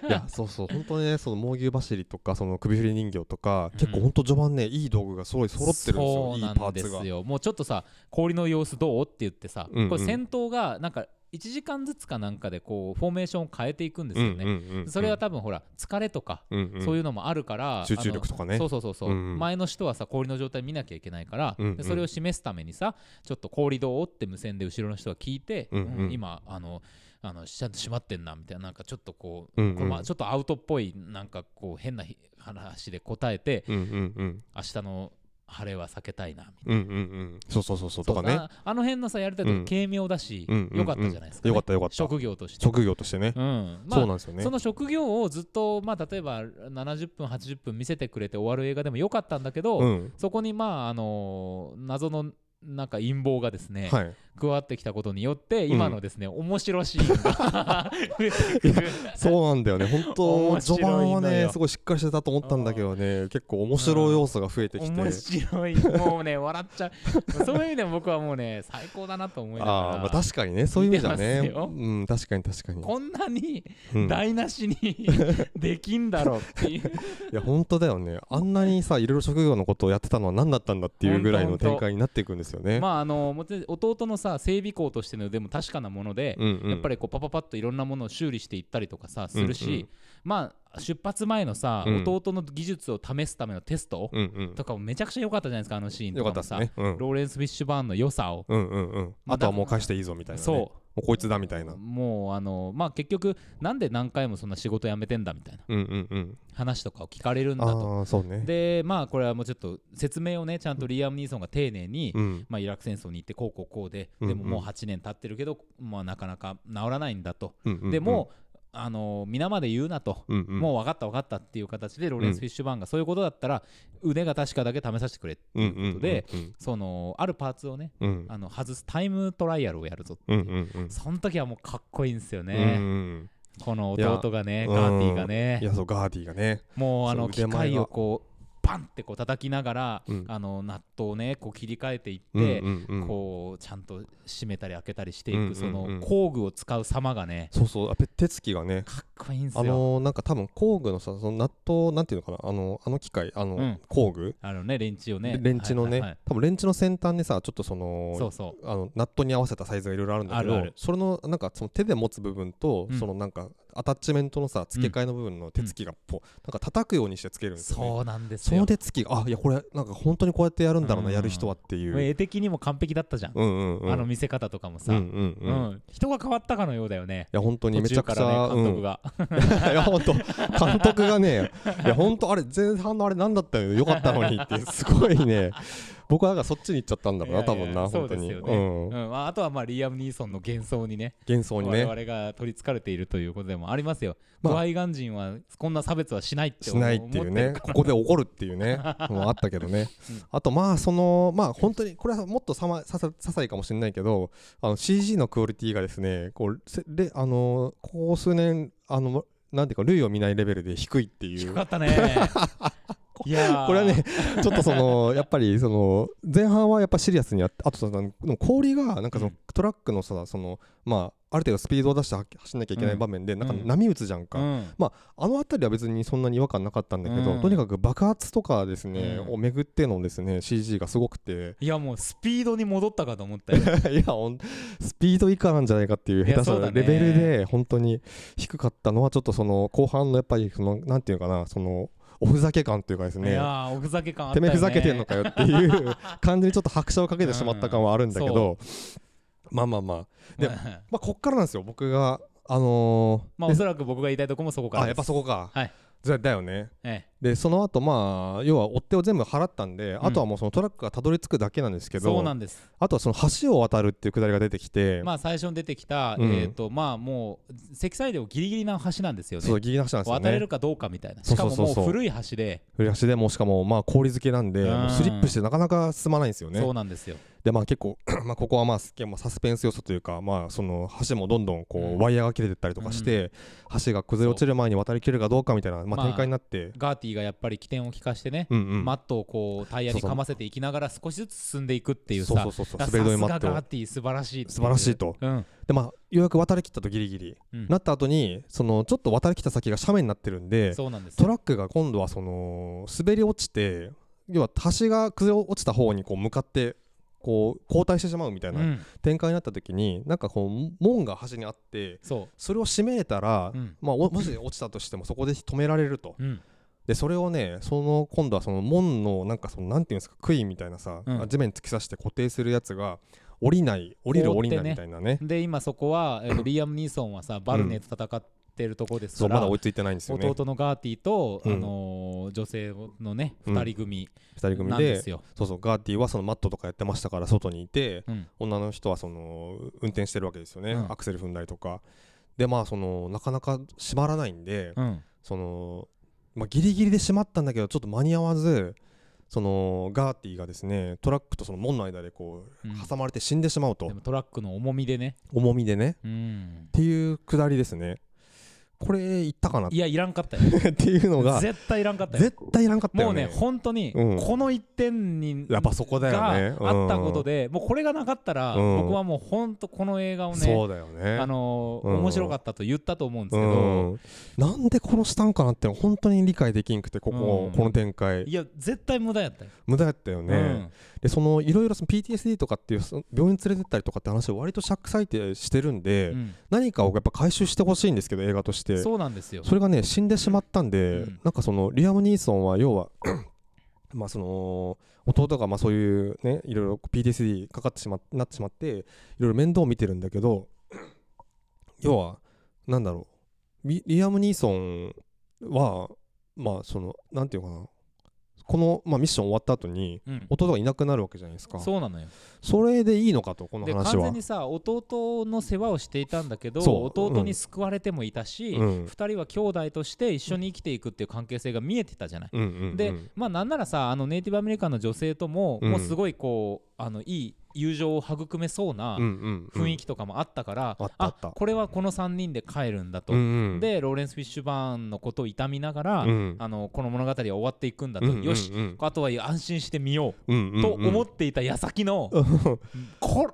A: て
B: いやそうそう本当にねその猛牛走りとかその首振り人形とか、
A: うん
B: 結構本当序盤ねいい道具がすごい揃ってるんですよ
A: そう
B: いい
A: な
B: パ
A: ん
B: ー
A: で
B: ツが
A: すよもうちょっとさ氷の様子どうって言ってさ、
B: うんうん
A: これ戦闘がなんか1時間ずつかなんかでこうフォーメーションを変えていくんですよね、それは多分ほら疲れとか、
B: 分、うんうん
A: そういうのもあるから
B: 集中力とかね
A: そうそうそうそう、
B: うんうん
A: 前の人はさ氷の状態見なきゃいけないから、
B: うんうん
A: でそれを示すためにさちょっと氷どうって無線で後ろの人が聞いて、
B: うんうん
A: うん今あのあのちゃんと閉まってんなみたいななんかちょっとこう、
B: うんうん
A: これまあちょっとアウトっぽいなんかこう変な話で答えて
B: うんうんうん
A: 明日の晴れは避けたいなみたいな。
B: うんうんうんそうそうそうそう
A: そ
B: と
A: う
B: かね
A: ああの辺のさやりたいと
B: うん
A: 軽妙だし、
B: うんうんうん
A: よかったじゃないですか、ね
B: よかったよかった
A: 職業として。
B: 職業としてね、
A: うんまあ
B: そうなんですよね
A: その職業をずっと、まあ、例えば70分80分見せてくれて終わる映画でもよかったんだけど、
B: うん
A: そこにまああの謎のなんか陰謀がですね、
B: はい
A: 加わってきたことによって今のですね、面白シーンが <laughs> 増えてくる
B: そうなんだよね本当
A: 面白い
B: 序盤は
A: の
B: ね
A: よ
B: すごいしっかりしてたと思ったんだけどね結構面白い要素が増えてきて
A: 面白いもうね笑っちゃうそういう意味でも僕はもうね最高だなと思いなが
B: ああーまあ
A: ら
B: 確かにねそういう意味じゃ
A: 見
B: ね
A: てます
B: うん確かに確かに
A: こんなに
B: うん
A: 台無し
B: <laughs>
A: にできんだろうっていう
B: いや本当だよねあんなにさいろいろ職業のことをやってたのは何だったんだっていうぐらいの展開になっていくんですよね。
A: まああのもちろん弟のさ整備工としての腕も確かなもので、やっぱ
B: り
A: りこうパパパッといろんなものを修理していったりとかさするし、
B: うんうん
A: まあ出発前のさ、
B: うん
A: 弟の技術を試すためのテスト
B: うんうん
A: とかもめちゃくちゃ良かったじゃないですかあのシーン
B: よ
A: と
B: か
A: か
B: った
A: も
B: です
A: さ、
B: ね。うん
A: ローレンス・フィッシュバーンの良さを、
B: うんうんうん
A: まあ
B: あとはもう返していいぞみたいなね。も
A: そう
B: こいつだみたいな
A: う。もうあのまあ結局なんで何回もそんな仕事辞めてんだみたいな
B: うんうんうん。
A: 話とかを聞かれるんだ
B: ああ
A: と
B: ーそうね。
A: でまあこれはもうちょっと説明をねちゃんとリアム・ニーソンが丁寧に、
B: うん
A: まあ、イラク戦争に行ってこうこうこうで
B: うん
A: でももう8年経ってるけど、まあ、なかなか治らないんだと、
B: うんうんうん
A: でも、あの皆まで言うなと、
B: うんうん
A: もう分かった分かったっていう形でローレンス・フィッシュバーンがそういうことだったら腕が確かだけ試させてくれって
B: うん
A: いううん
B: うん
A: ことで、そのあるパーツをね
B: うんうん
A: あの外すタイムトライアルをやるぞ
B: うんうんうん
A: その時はもうかっこいいんですよ
B: うん
A: ね、
B: うん
A: この弟がね
B: いや
A: ガーティーが
B: い
A: ね
B: やそうガーディがね。
A: もうあの
B: そう腕
A: 機
B: 前が
A: 械をこうパンってこう叩きながら、
B: うん
A: あのナットをねこう切り替えていって、
B: うんうんうん
A: こうちゃんと閉めたり開けたりしてい
B: うんうんう
A: く
B: ん
A: その工具を使う様がね
B: そうそうあペ手つきがね。
A: かっこいいんです
B: あ
A: よ。
B: のなんか多分工具のさその納豆なんていうのかなあのあの機械あ
A: う
B: の
A: ん
B: 工具
A: あのねレンチをね
B: レレンチの
A: はいはいは
B: ね
A: い
B: 多分レンチの先端でさちょっとその
A: そうそう
B: あのナットに合わせたサイズがいろいろあるんだけど
A: あるある
B: それのなんかその手で持つ部分と、
A: うん
B: そのなんかアタッチメントのさ付け替えの部分の手つきがポ、なんか叩くようにしてつけるんですよ、ね、
A: そうなんです
B: そ
A: よ
B: の手つきがあいやこれなんか本当にこうやってやるんだろうな、
A: うん
B: やる人はっていう、
A: もう絵的にも完璧だったじゃん、
B: うんうんうん
A: あの見せ方とかも
B: う
A: さ、
B: んう
A: うんん
B: うんい
A: 人が変わったかのようだよね
B: や本当に
A: 途
B: めち
A: 中
B: ゃく
A: か
B: ちゃ、
A: らね監督が、
B: <laughs> うん、いや本当監
A: <laughs>
B: 督がねいや本当あれ前半のあれ何だったのよかったのにってすごいね僕はなんかそっちに行っちゃったんだろうな、
A: いや
B: 多
A: いや
B: 分な、
A: そう
B: 本
A: で
B: 当
A: す
B: に。
A: よね、うん
B: うん
A: まあ、あとはまあリアム・ニーソンの幻想にね
B: 幻想に
A: 我
B: ね。
A: 々が取りつかれているということでもありますよ、
B: まあ
A: クワイガン人はこんな差別はしないって
B: し
A: 思
B: ないっていうね
A: 思、
B: ここで怒るっていうね、
A: <laughs>
B: もうあったけど
A: う
B: ね
A: ん。
B: あと、まあ、その、まあ、本当に、これはもっとさま、ささ、些細かもしれないけど、あの、CG のクオリティがですね、こう、せで、あの、ここ数年、あの、なんていうか、類を見ないレベルで低いってい
A: 低
B: う
A: か。
B: <laughs>
A: ったねいやー
B: これはね、 <laughs> ちょっとその、やっぱり、その、前半はやっぱシリアスにやって、あとその、でも氷が、なんかその
A: うん、
B: トラックのさ、その、まあ、ある程度スピードを出しては走んなきゃいけな
A: う
B: い
A: ん
B: 場面で、なんか
A: うん
B: 波打つじゃんか。
A: うん
B: あの辺りは別にそんなに違和感なかったんだけど、
A: うん
B: とにかく爆発とかですね、
A: うん
B: を巡ってのですね CG がすごく
A: <laughs>
B: て
A: いやもうスピードに戻ったかと思ったよ
B: いやほんスピード以下なんじゃないかっていう
A: いや
B: 下手さ
A: そうだ
B: な
A: ね
B: レベルで本当に低かったのはちょっとその後半のやっぱりそのなんていうかなそのおふざけ感というかです
A: い
B: <laughs> ね
A: やーおふざけ感あった
B: て
A: よ、ね、
B: めえふざけて
A: <laughs>
B: んのかよっていう感じにちょっと拍車をかけてしまった感はあるんだけど、まあまあまあで
A: まあ
B: まあこっからなんですよ僕があのー
A: まあおそらく僕が言いたいとこもそこから
B: あやっぱそ
A: こ
B: こか、
A: はい
B: じゃだよね
A: え
B: でその後まあ要は追っ手を全部払ったんで、
A: ん
B: あとはもうそのトラックがたどり着くだけなんですけ
A: え
B: ど
A: そうなんです
B: あとはその橋を渡るっていうくだりが出てきて、
A: まあ最初に出てきた、
B: うん
A: えっ、とまあもう積載量ギリギリな橋なんですよね
B: そうギリギリの橋なんですよ
A: 渡れ
B: ね
A: るかどうかみたいな
B: そ
A: し
B: う
A: か
B: そう
A: も
B: そう
A: も
B: そう
A: う古い橋で
B: 振り橋でもうしかもまあ氷漬けなんで、
A: うん
B: もうスリップしてなかなか進まないんですよね
A: そうなんですよ
B: でまあ結構 <clears throat> まあここはまあすっげえまあサスペンス要素というかまあその橋もどんどんこ
A: うん
B: うワイヤーが切れてったりとかして、橋が崩れ落ちる前に渡りきれるかどうかみたいなま
A: まあ
B: あ展開になって、
A: ガーティがやっぱり起点を利かしてね、
B: うんうん
A: マットをこうタイヤにかませていきながら少しずつ進んでいくっていうさ
B: そうそうそうそ
A: だ
B: う
A: か
B: 滑
A: らさす
B: り止めマッ
A: がガー
B: ト
A: ティ素晴らしいってう
B: 素晴らしいと
A: うん
B: でまあようやく渡りきったとギリギリ
A: うん
B: なった後にそのちょっと渡りきた先が斜面になってるんで
A: そうなんです
B: ト
A: よ
B: ラックが今度はその滑り落ちて要は橋が崩れ落ちた方にこう向かってこう後退してしまうみたいな
A: うん
B: 展開になった時になんかこう門が橋にあって
A: そ
B: それを閉めたら
A: ううん
B: まあお <laughs> もし落ちたとしてもそこで止められると
A: うん
B: でそれをねその今度はその門のなんかそのなんていうんですか杭みたいなさ
A: うん
B: 地面に突き刺して固定するやつが降りない降りる降りないみたいなね
A: で今そこは、えっとリアム・ニーソンはさバルネと戦ってるとこです
B: そ
A: か
B: うま
A: ら、
B: だ追いついてないんですよね
A: 弟のガーティと、
B: うん
A: あのー女性のね
B: うん
A: 2人組
B: 二人組
A: なん
B: で
A: ですよ、
B: そうそうガーティはそのマットとかやってましたから外にいて
A: うん
B: 女の人はその運転してるわけですよね、
A: うん
B: アクセル踏んだりとかでまあそのなかなか閉まらないんで、
A: うん
B: その、まあ、ギリギリで閉まったんだけどちょっと間に合わずそのガーティがですねトラックとその門の間でこう
A: うん
B: 挟まれて死んでしまうと、
A: でもトラックの重みでね、
B: 重みでね
A: うん
B: っ、ていうくだりですねこれいったかなっ
A: いやいらんかったよ
B: ていうのが
A: 絶対いらんかったよ
B: 絶対いらんかった
A: も
B: よ
A: う
B: ね
A: ね本当に
B: うん
A: この一点に、
B: やっぱそこだよね
A: があったことで、
B: で、
A: もうこれがなかったら、
B: うん
A: 僕はもう本当この映画をね
B: そうだよね
A: あのー
B: うん
A: 面白かったと言ったと思うんですけど、
B: うん、なんで殺したんかなって本当に理解できんくてここ、
A: うん
B: この展開
A: いや絶対無駄やったよ、
B: 無駄やったよね、でそのいろいろその PTSD とかっていうその病院連れてったりとかって話を割と釈迦てしてるんで、
A: うんうん
B: 何かをやっぱ回収してほしいんですけど映画としてそ
A: そうなんですよ
B: れがね死んでしまったんで、
A: うん
B: なんかそのリアム・ニーソンは要は <clears throat> まあその弟がまあそういうねいろいろ PTSD かかってしまなってしまっていろいろ面倒を見てるんだけど <clears throat> 要はなんだろうリリアム・ニーソンはまあそのなんていうかなこの、まあ、ミッション終わった後に
A: うん
B: 弟がいなくなるわけじゃないですかそ
A: そうなのよ
B: れでいいのかとこの
A: で
B: 話
A: 完
B: は
A: 全にさ弟の世話をしていたんだけど
B: そう
A: 弟
B: う
A: に
B: ん
A: 救われてもいたし、
B: う
A: 二
B: ん
A: 人は兄弟として一緒に生きていくっていう関係性が見えてたじゃない、
B: うんうんうん
A: でまあなんならさあのネイティブアメリカンの女性とも、
B: うん
A: もうすごいこうあのいい友情を育めそうな
B: うんうんうん
A: 雰囲気とかもあったから、
B: あったあった
A: これはこの3人で帰るんだと、
B: うんうん
A: でローレンス・フィッシュバーンのことを悼みながら、
B: うん
A: あのこの物語は終わっていくんだと、
B: うんうんうん
A: よしあとは安心してみよ
B: うんうんう
A: うんと思っていた矢先の、こ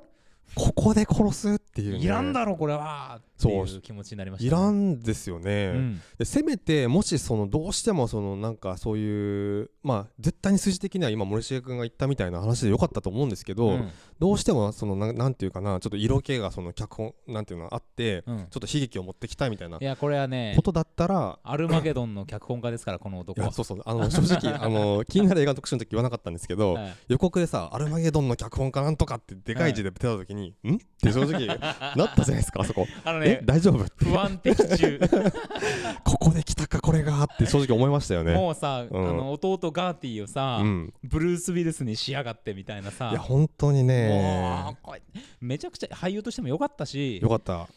B: ここで殺すっていうね
A: いらんだろこれはってい
B: そう
A: 気持ちになりました、
B: いらんですよね、
A: うん
B: でせめてもしそのどうしてもそのなんかそういうまあ絶対に数字的には今森重君が言ったみたいな話でよかったと思うんですけど、
A: うん
B: どうしてもそのなんなんていうかなちょっと色気がその脚本なんていうのあって、
A: うん
B: ちょっと悲劇を持ってきたいみたいない
A: やこれはね
B: ことだったら
A: アルマゲドンの脚本家ですからこの男
B: いや
A: は
B: そうそうあの正直あ
A: <laughs>
B: の気になる映画の特集の時言わなかったんですけど、
A: はい
B: 予告でさ「アルマゲドンの脚本家なんとか」ってでかい字で出た時にんって正
A: <laughs>
B: 直なったじゃないですかあそこ、
A: あの
B: え
A: ね
B: 大丈夫って
A: 不安的中
B: ここで来たかこれがって正直思いましたよ <laughs> ね
A: もうさ、
B: うん
A: あの弟ガーティーをさ、
B: うん
A: ブルース・ウィルスにしやがってみたいなさ
B: いや本当に
A: も
B: ね
A: うこれめちゃくちゃ俳優としても良かったし
B: よかった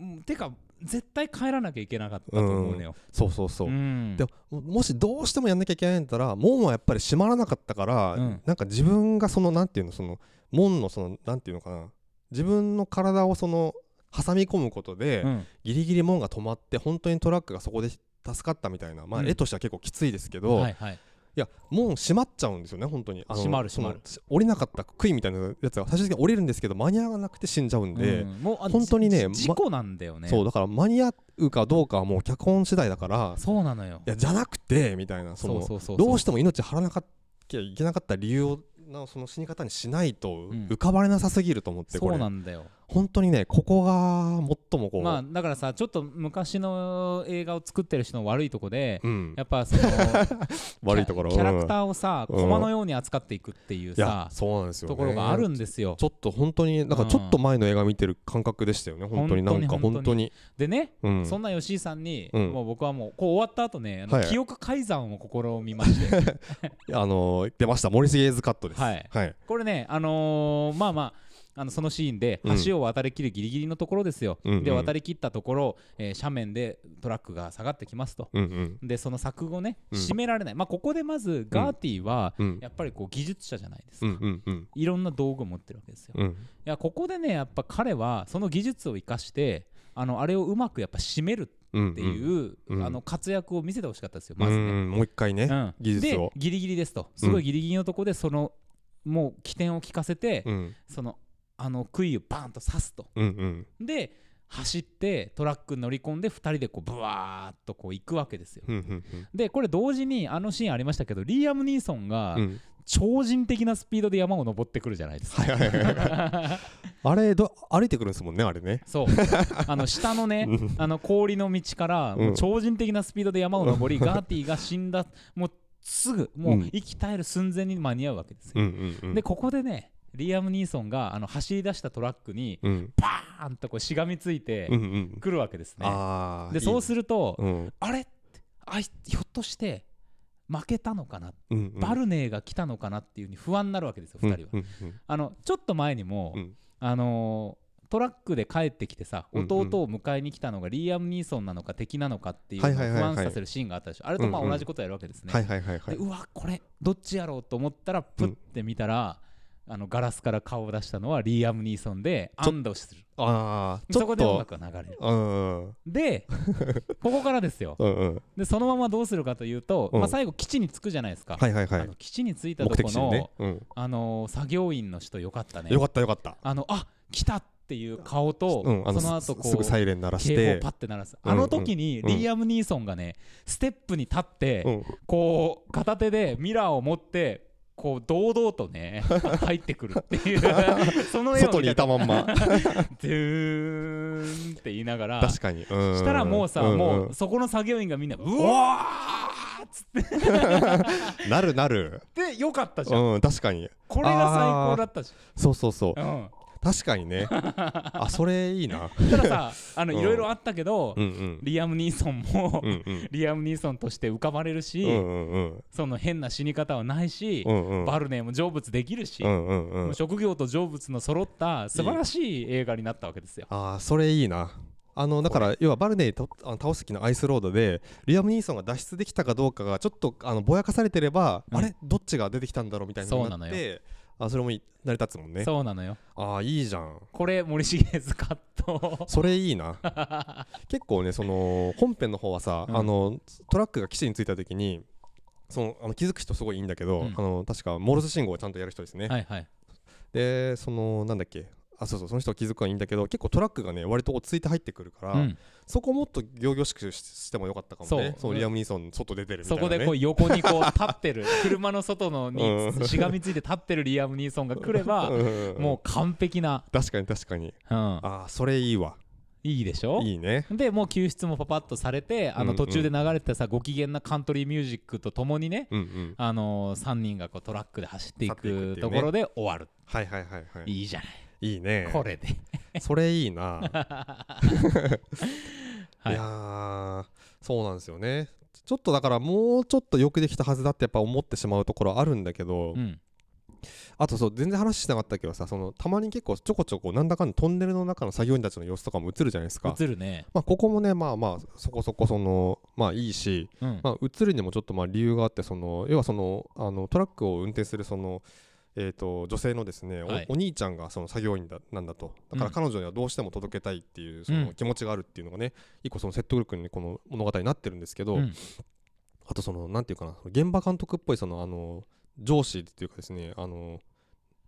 A: うんてか絶対帰らなきゃいけなかったと思うのよ、
B: そうそうそう、
A: うん
B: でももしどうしてもやんなきゃいけないんだったら門はやっぱり閉まらなかったから、
A: うん
B: なんか自分がそのなんていうのその門のそのなんていうのかな自分の体をその挟み込むことで、
A: うん
B: ギリギリ門が止まって本当にトラックがそこで助かったみたいな、まあ、
A: うん
B: 絵としては結構きついですけど、、
A: はいいはい
B: や門閉まっちゃうんですよね本当にあの
A: 閉まる
B: その
A: 閉ま
B: 降りなかった杭みたいなやつが最終的に降りるんですけど間に合わなくて死んじゃうんで、
A: うんもうあ
B: 本当にね
A: じ事故なんだよね、
B: そうだから間に合うかどうかはもう脚本次第だから
A: そうなのよ
B: いやじゃなくてみたいなその
A: そうそうそう
B: どうしても命張らなきゃいけなかった理由をなその死に方にしないと
A: うん
B: 浮かばれなさすぎると思って、こ
A: そう
B: れ
A: なんだよ
B: 本当にねここが最もこう、
A: まあだからさちょっと昔の映画を作ってる人の悪いとこで、
B: うん
A: や、っぱその
B: <laughs> 悪いところ
A: キャラク
B: ー
A: ターをさ、
B: うん
A: 駒のように扱っていくっていう
B: いや
A: さ、
B: そうなんですよね
A: ところがあるんですよ
B: ちょっと本当になんかちょっと前の映画見てる感覚でしたよね本当になんか
A: 本
B: 本
A: 当
B: 当に
A: でね、
B: うん
A: そんな吉井さんに、
B: うん
A: もう僕はもうこう終わった後ねあの、
B: はい
A: 記憶改ざんを試みまして
B: あのー出ました森重ズカットです
A: はい
B: はい
A: これねあのーまあまああのそのシーンで
B: うん
A: 橋を渡りきるギリギリのところですよ、
B: うんうん
A: で渡りきったところ、えー斜面でトラックが下がってきますと
B: うんうん
A: でその柵をね
B: うん
A: 閉められない、まあここでまずガーティは
B: うん
A: やっぱりこう技術者じゃないですか、
B: うんうんうん
A: いろんな道具を持ってるわけですよ、い
B: うん
A: やここでねやっぱ彼はその技術を生かしてあのあれをうまくやっぱ締める
B: うん
A: っていう、
B: うん
A: あの活躍を見せてほしかったですよ
B: う
A: まずね、
B: んもう一回ね、
A: うん
B: 技術を
A: でギリギリですとすごいギリギリのとこでその、もう起点を聞かせて、
B: うん
A: そのあの杭をバーンと刺すと
B: うんうん
A: で走ってトラックに乗り込んで2人でこうブワーっとこう行くわけですよ、
B: うんうん
A: でこれ同時にあのシーンありましたけどリーアム・ニーソンが
B: うん
A: 超人的なスピードで山を登ってくるじゃないですか、
B: はいはいはいはいあれど歩いてくるんですもんねあれね
A: そうあの下のね
B: うん
A: あの氷の道から
B: うん
A: もう超人的なスピードで山を登り、ガーティが死んだもうすぐもう息絶える寸前に間に合うわけですよ、
B: うんうんうん
A: でここでねリアム・ニーソンがあの走り出したトラックに
B: うん
A: バーンとこうしがみついて
B: うんうん
A: くるわけですね、
B: ああ
A: でそうすると、
B: うん
A: あれってあいひょっとして負けたのかな、
B: うんうん
A: バルネーが来たのかなっていうふうに不安になるわけですよ、2人は。
B: うんうん
A: あのちょっと前にも、
B: うん
A: あのートラックで帰ってきてさ
B: うんうん
A: 弟を迎えに来たのがリーアム・ニーソンなのか敵なのかっていうのを
B: はい
A: 不
B: はいはいはい
A: 安視させるシーンがあったでしょあれとまあ
B: うんうん
A: 同じことやるわけですね、
B: はいはいはいは
A: で
B: い
A: うわこれどっちやろうと思ったらプッて見たら、あのガラスから顔を出したのはリーアム・ニーソンで
B: ちょ
A: 安堵する
B: ああち
A: そ
B: ょ
A: こ
B: っ
A: で音
B: と
A: 楽が流れる
B: うんうん <laughs>
A: でここからですよ
B: うんうん
A: でそのままどうするかというと、
B: うん
A: まあ、最後基地に着くじゃないですか、
B: はいはいは
A: あ
B: い
A: の基地に着いたとこ
B: 目的地
A: の、
B: にねうん
A: あのー作業員の人よかったね
B: よかったよかった
A: あのあ来たっていう顔と、
B: うんあ
A: その後
B: す
A: こ
B: すぐ
A: う
B: サイレン鳴らし
A: 警報を
B: て
A: パッて鳴らす
B: うん
A: あの時に
B: うん
A: リアム・ニーソンがねステップに立って、
B: うん
A: こう片手でミラーを持ってこう堂々と
B: <laughs>
A: ね入ってくるっていうその絵を
B: 外にいたまんま
A: ドゥーンって言いながら
B: <laughs> 確かにうん
A: したらもうさ、
B: んん
A: もうそこの作業員がみんなうわーっつっ
B: なるなる
A: てよかったじゃん
B: うん確かに
A: これが最高だったじ
B: そうそうそう
A: ゃん、うん、
B: 確かにねあそれいいな
A: たださあの
B: うん
A: いろいろあったけど、
B: うんうん
A: リアム・ニーソンも、
B: うんうん
A: リアム・ニーソンとして浮かばれるし、
B: うんうんうん
A: その変な死に方はないし、
B: うんうん
A: バルネーも成仏できるし、
B: うんうんう
A: も
B: ん
A: う職業と成仏の揃った素晴らしい映画になったわけですよ。
B: ああそれいいなあのだから要はバルネイとあの倒す時のアイスロードでリアム・ニーソンが脱出できたかどうかがちょっとあのぼやかされてれば、
A: うん
B: あれどっちが出てきたんだろうみたいなのに
A: そうな
B: なっ
A: の
B: てあそれもい成り立つもんね
A: そうなのよ。
B: ああいいじゃん
A: これ森重図カット。
B: それい
A: <laughs>
B: いな結構ねその本編の方はさ、
A: うん
B: あのトラックが基地に着いた時にそのあの気づく人すごいいいんだけど、
A: うん
B: あの確かモールス信号をちゃんとやる人ですね、
A: はいはい。
B: でそのなんだっけあそうそうその人は気づくのはいいんだけど結構トラックがね割と落ち着いて入ってくるから、
A: うん
B: そこもっと仰々しくししてもよかったかもね
A: そう
B: そうリアム・ニーソン外出てるみた
A: そ
B: いな、
A: こ
B: ね、
A: でこう横にこう立って
B: <laughs>
A: る車の外のに
B: うん
A: しがみついて立ってるリアム・ニーソンが来れば
B: うん
A: もう完璧な、
B: 確かに確かに
A: うん、
B: ああそれいいわ
A: いいでしょ
B: いいね
A: でもう救出もパパッとされてあ
B: うんう
A: の
B: ん
A: 途中で流れてたさ、ご機嫌なカントリーミュージックとともにね、
B: うんうん
A: あのー、3人がこうトラックで走ってい
B: 去っていくっ
A: く
B: ていうね
A: ところで終わる
B: はいはいはいはい
A: いいじゃない
B: いいいね
A: これで
B: そ
A: <laughs>
B: れいいな
A: はい
B: いやーそうなんですよねちょっとだからもうちょっとよくできたはずだってやっぱ思ってしまうところあるんだけど、
A: うん
B: あとそう全然話しなかったけどさそのたまに結構ちょこちょこなんだかんだトンネルの中の作業員たちの様子とかも映るじゃないですか
A: 映るね
B: まあここもねまあまあそこそこそのまあいいし
A: うん
B: まあ映るにもちょっとまあ理由があってその要はそのあのトラックを運転するそのえー、と女性のですねお,、
A: はい
B: お兄ちゃんがその作業員だなんだと
A: う
B: だから
A: ん
B: 彼女にはどうしても届けたいっていうそうの
A: ん
B: 気持ちがあるっていうのがね一個その説得力にこの物語になってるんですけど、
A: うん
B: あとそのなんていうかな現場監督っぽいそのあの上司っていうかですねあの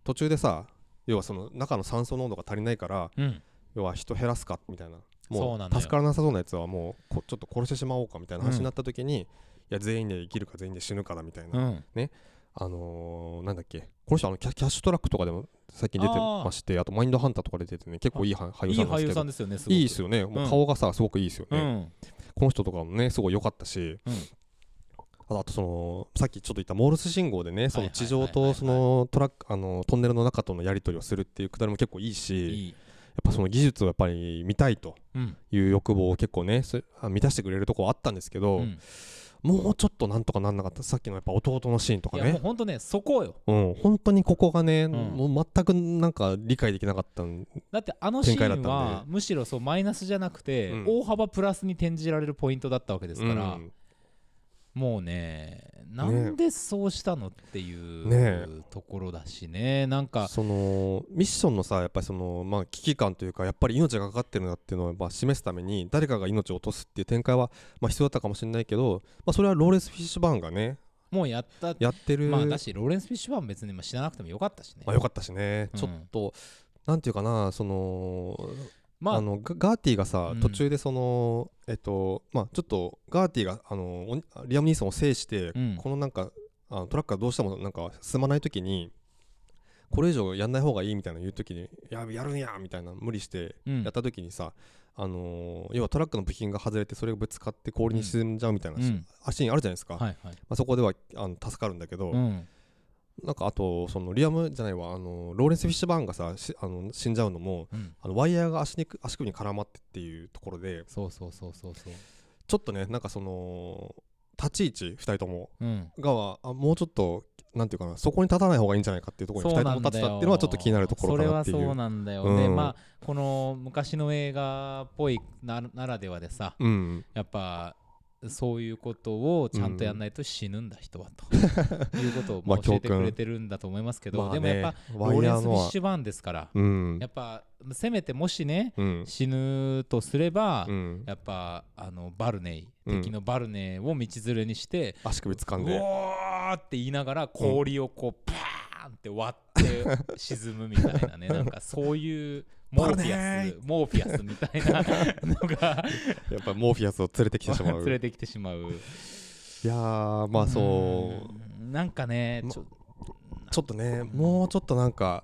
B: 途中でさ要はその中の酸素濃度が足りないから
A: うん
B: 要は人減らすかみたいな
A: そ
B: も
A: うな
B: う
A: のよ
B: 助からなさそうなやつはもうこちょっと殺してしまおうかみたいな話になった時に、いや全員で生きるか全員で死ぬかだみたいな、
A: うん
B: あのーなんだっけこの人あのキャキャッシュトラックとかでも最近出てましてあとマインドハンターとか出ててね結構いいは
A: い
B: 俳優
A: い
B: さんなん
A: 俳
B: です
A: 優
B: け
A: さ
B: ど
A: んですよねすごく
B: いいですよね、もう顔がさすごくいいですよ
A: う
B: ね、
A: ん
B: この人とかもねすごい良かったし、
A: うん
B: あとあとそのさっきちょっと言ったモールス信号でねその地上
A: はいはいはいはい
B: とそのトラックあのトンネルの中とのやり取りをするっていうくだりも結構いいし
A: いい
B: やっぱその技術をやっぱり見たいと
A: うん
B: いう欲望を結構ねそれあ満たしてくれるとこあったんですけど、
A: うん
B: もうちょっとなんとかなんなかったさっきのやっぱ弟のシーンとか
A: いやもう
B: ね
A: ほんとねそこよ
B: うん本当にここがね、
A: ん
B: もう全くなんか理解できなかったん
A: だってあのシ
B: 展開だ
A: ー
B: っ
A: ン
B: たんで
A: はむしろそうマイナスじゃなくて、
B: うん
A: 大幅プラスに転じられるポイントだったわけで
B: です
A: から、
B: うん
A: もうねなんでそうしたのっていう、
B: ね
A: ところだしねなんか
B: そのミッションのさやっぱりそのまあ危機感というかやっぱり命がかかってるんだっていうのをまあ示すために誰かが命を落とすっていう展開はまあ必要だったかもしれないけど、まあ、それはローレンス・フィッシュバーンがね
A: もうやった
B: やってる、
A: まあだしローレンス・フィッシュバーン別にまあ死ななくてもよかったしね
B: まあよかったしね、
A: うん
B: ちょっとなんていうかなその
A: まあ
B: あのガガーティがさ、
A: うん
B: 途中でそのえっとまあちょっとガーティがあのおにリアム・ニーソンを制して、
A: うん
B: このなんかあのトラックがどうしてもなんか進まない時にこれ以上やんない方がいいみたいな言う時に「ややるんや」みたいな無理して
A: うん
B: やった時にさ、あのー要はトラックの部品が外れてそれがぶつかって氷に沈んじゃうみたいな、
A: うん
B: 足にあるじゃないですか、
A: はいはい
B: まあ、そこではあの助かるんだけど、
A: うん
B: なんかあとそのリアムじゃないわあのローレンス・フィッシュバーンがさしあの死んじゃうのも
A: うん
B: あのワイヤーが足に足首に絡まってっていうところで
A: そうそうそうそうそう
B: ちょっとねなんかその立ち位置2人とも
A: うん
B: がはあもうちょっとなんていうかなそこに立たない方がいいんじゃないかっていうところに2人とも立ってたっていうのはちょっと気になるところかなっていう
A: それはそうなんだよね、
B: うん
A: まあこの昔の映画っぽいなならではでさ
B: うん
A: やっぱそういうことをちゃんとやんないと死ぬんだ人はと、
B: <laughs>
A: いうことを
B: まあ
A: まあ教えて
B: 教
A: く
B: 訓
A: れてるんだと思いますけど、
B: まあ
A: で
B: ね
A: もやっぱロ
B: ワ
A: ー
B: イ
A: レン
B: ヤー
A: ス・フ
B: の
A: ィ
B: は
A: ッシュバーンですから、
B: うん
A: やっぱせめてもしね
B: うん
A: 死ぬとすれば、
B: うん
A: やっぱあのバルネイ
B: うん
A: 敵のバルネイを道連れにして、
B: 足首掴ん
A: う
B: で
A: おーって言いながら氷をこうパーンって割って沈むみたいな
B: <laughs>
A: ねなんかそういうモーフ
B: バ
A: ィ
B: レ
A: アスモーフィアスみたいなの
B: <laughs>
A: が
B: やっぱモーフィアスを連れてきてし
A: <laughs>
B: ま
A: 連
B: うい
A: れてきてしまう
B: やーまあそう
A: うんなんかねちょ
B: ちょっとね、もうちょっとなんか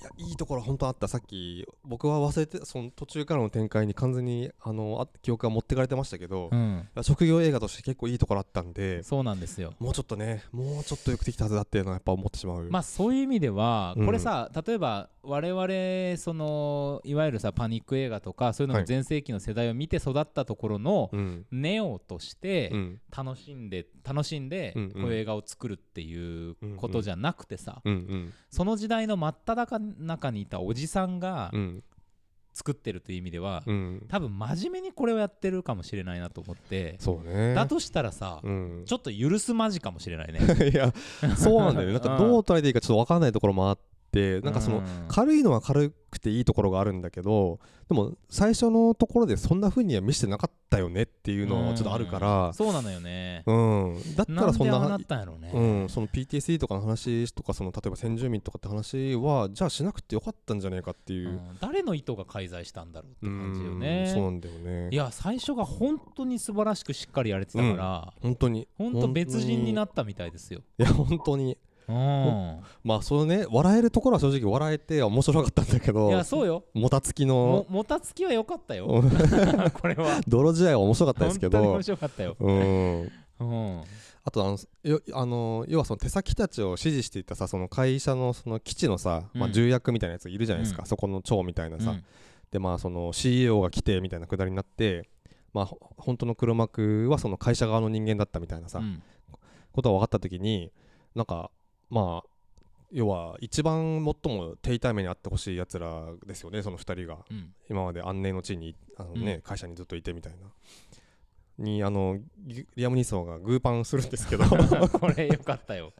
B: いやいいところ本当あったさっき僕は忘れてその途中からの展開に完全にあのあ記憶が持ってかれてましたけど、い
A: うん
B: や職業映画として結構いいところあったんで
A: そうなんですよ
B: もうちょっとねもうちょっとよくできたはずだっていうのはやっぱ思ってしまう、
A: まあそういう意味では
B: うん
A: これさ例えば我々そのいわゆるさパニック映画とかそういうの
B: は
A: の
B: い
A: 全盛期の世代を見て育ったところの
B: うん
A: ネオとして、
B: うん
A: 楽しんで楽しんで
B: うんうん
A: こういう映画を作るっていうことじゃなくてさ、
B: うんうん
A: その時代の真っ只中にいたおじさんが
B: うん
A: 作ってるという意味では、
B: うん
A: 多分真面目にこれをやってるかもしれないなと思って、
B: そうね
A: だとしたらさ、
B: うん
A: ちょっと許すまじかもしれないね。
B: いやそうなんだよねなんかどう捉えていいかちょっと分かんないところもあって <laughs> なんかその、
A: うん
B: 軽いのは軽くていいところがあるんだけどでも最初のところでそんな風には見せてなかったよねっていうのはちょっとあるか
A: う
B: ら
A: んそうなのよね。
B: うん、だった
A: な
B: ら
A: ん
B: そん
A: で
B: な
A: ああなったんやろうね。
B: うん、その PTSD とかの話とかその例えば先住民とかって話はじゃあしなくてよかったんじゃねえかっていうう、
A: ん誰の意図が介在したんだろうって
B: うん
A: 感じよ
B: そうな
A: ね。
B: んだよね
A: いや最初が本当に素晴らしくしっかりやれてたから、
B: 本当に
A: 本当別人にな
B: っ
A: ったみたいですよ。
B: いや本当に
A: うん
B: まあそのね笑えるところは正直笑えて面白かったんだけ
A: いや
B: ど
A: そうよ
B: もたつき
A: も
B: の
A: もたつきは良かったよ
B: う
A: <laughs> これは
B: <laughs> 泥試合は面白かったで
A: 本
B: すけ
A: 当に
B: ど
A: 面白かったよ、
B: うん
A: うん、
B: あとあのよあの要はその手先たちを指示していたさその会社のその基地のさ、まあ、
A: うん
B: 重役みたいなやついるじゃないですか、
A: うん
B: そこの長みたいなさ、
A: うん
B: でまあその CEO が来てみたいなくだりになってまあほ本当の黒幕はその会社側の人間だったみたいなさ、
A: うん
B: ことが分かった時になんかまあ要は一番最も手痛い目にあってほしいやつらですよねその2人が
A: うん
B: 今まで安寧の地にあの、ね
A: うん
B: 会社にずっといてみたいな。にあのギリアム・ニーソンがグーパンするんですけど
A: これよかったよ。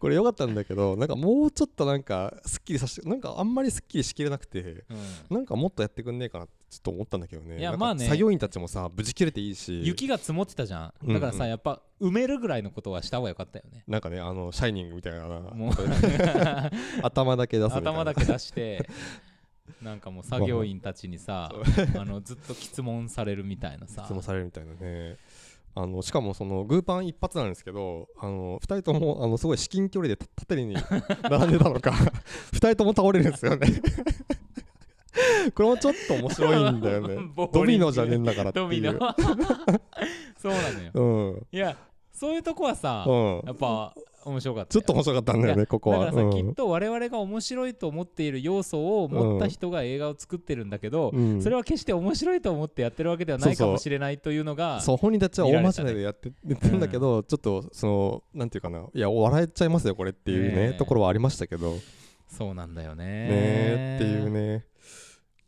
B: これ良かったんだけどなんかもうちょっとなんかすっきりさせてなんかあんまりすっきりしきれなくて
A: うん
B: なんかもっとやってくんねえかなってちょっと思ったんだけどね
A: いや
B: なんか
A: まあね
B: 作業員たちもさ無事切れていいし
A: 雪が積もってたじゃん。だから
B: うん
A: さ、
B: うん
A: やっぱ埋めるぐらいのことはした方がよかったよね。
B: なんかねあのシャイニングみたいな
A: もう <laughs>
B: 頭だけ出すみたいな
A: 頭だけ出して、なんかもう作業員たちにさ、あのずっと質問されるみたいなさ
B: 質。問されるみたいなねあのしかもそのグーパン一発なんですけどあの2人ともあのすごい至近距離でた縦に並んでたのか2人と <laughs> も倒れるんですよね <laughs> これもちょっと面白いんだよね
A: <laughs> ボウリング
B: ドミノじゃねえんだからって
A: ドミ
B: い
A: ノ
B: う
A: そうなのよ。
B: うん、うん、
A: いや、そういうとこはさ、やっぱ面白かった
B: ちょ
A: よ。
B: っと面白かったんだよ
A: い
B: ね
A: や
B: ここ
A: だか
B: は
A: らさ、
B: うん
A: きっと我々が面白いと思っている要素を持った人が映画を作ってるんだけど、
B: うん
A: それは決して面白いと思ってやってるわけではないかもしれないというのが
B: そう本人たちは
A: 見ら
B: 大
A: れ
B: 真
A: た
B: 面
A: ね
B: 目でやってやってるんだけど、ちょっとそのなんていうかないや笑えちゃいますよこれっていうね
A: ねえ
B: ところはありましたけどね
A: そうなんだよね
B: えっていうね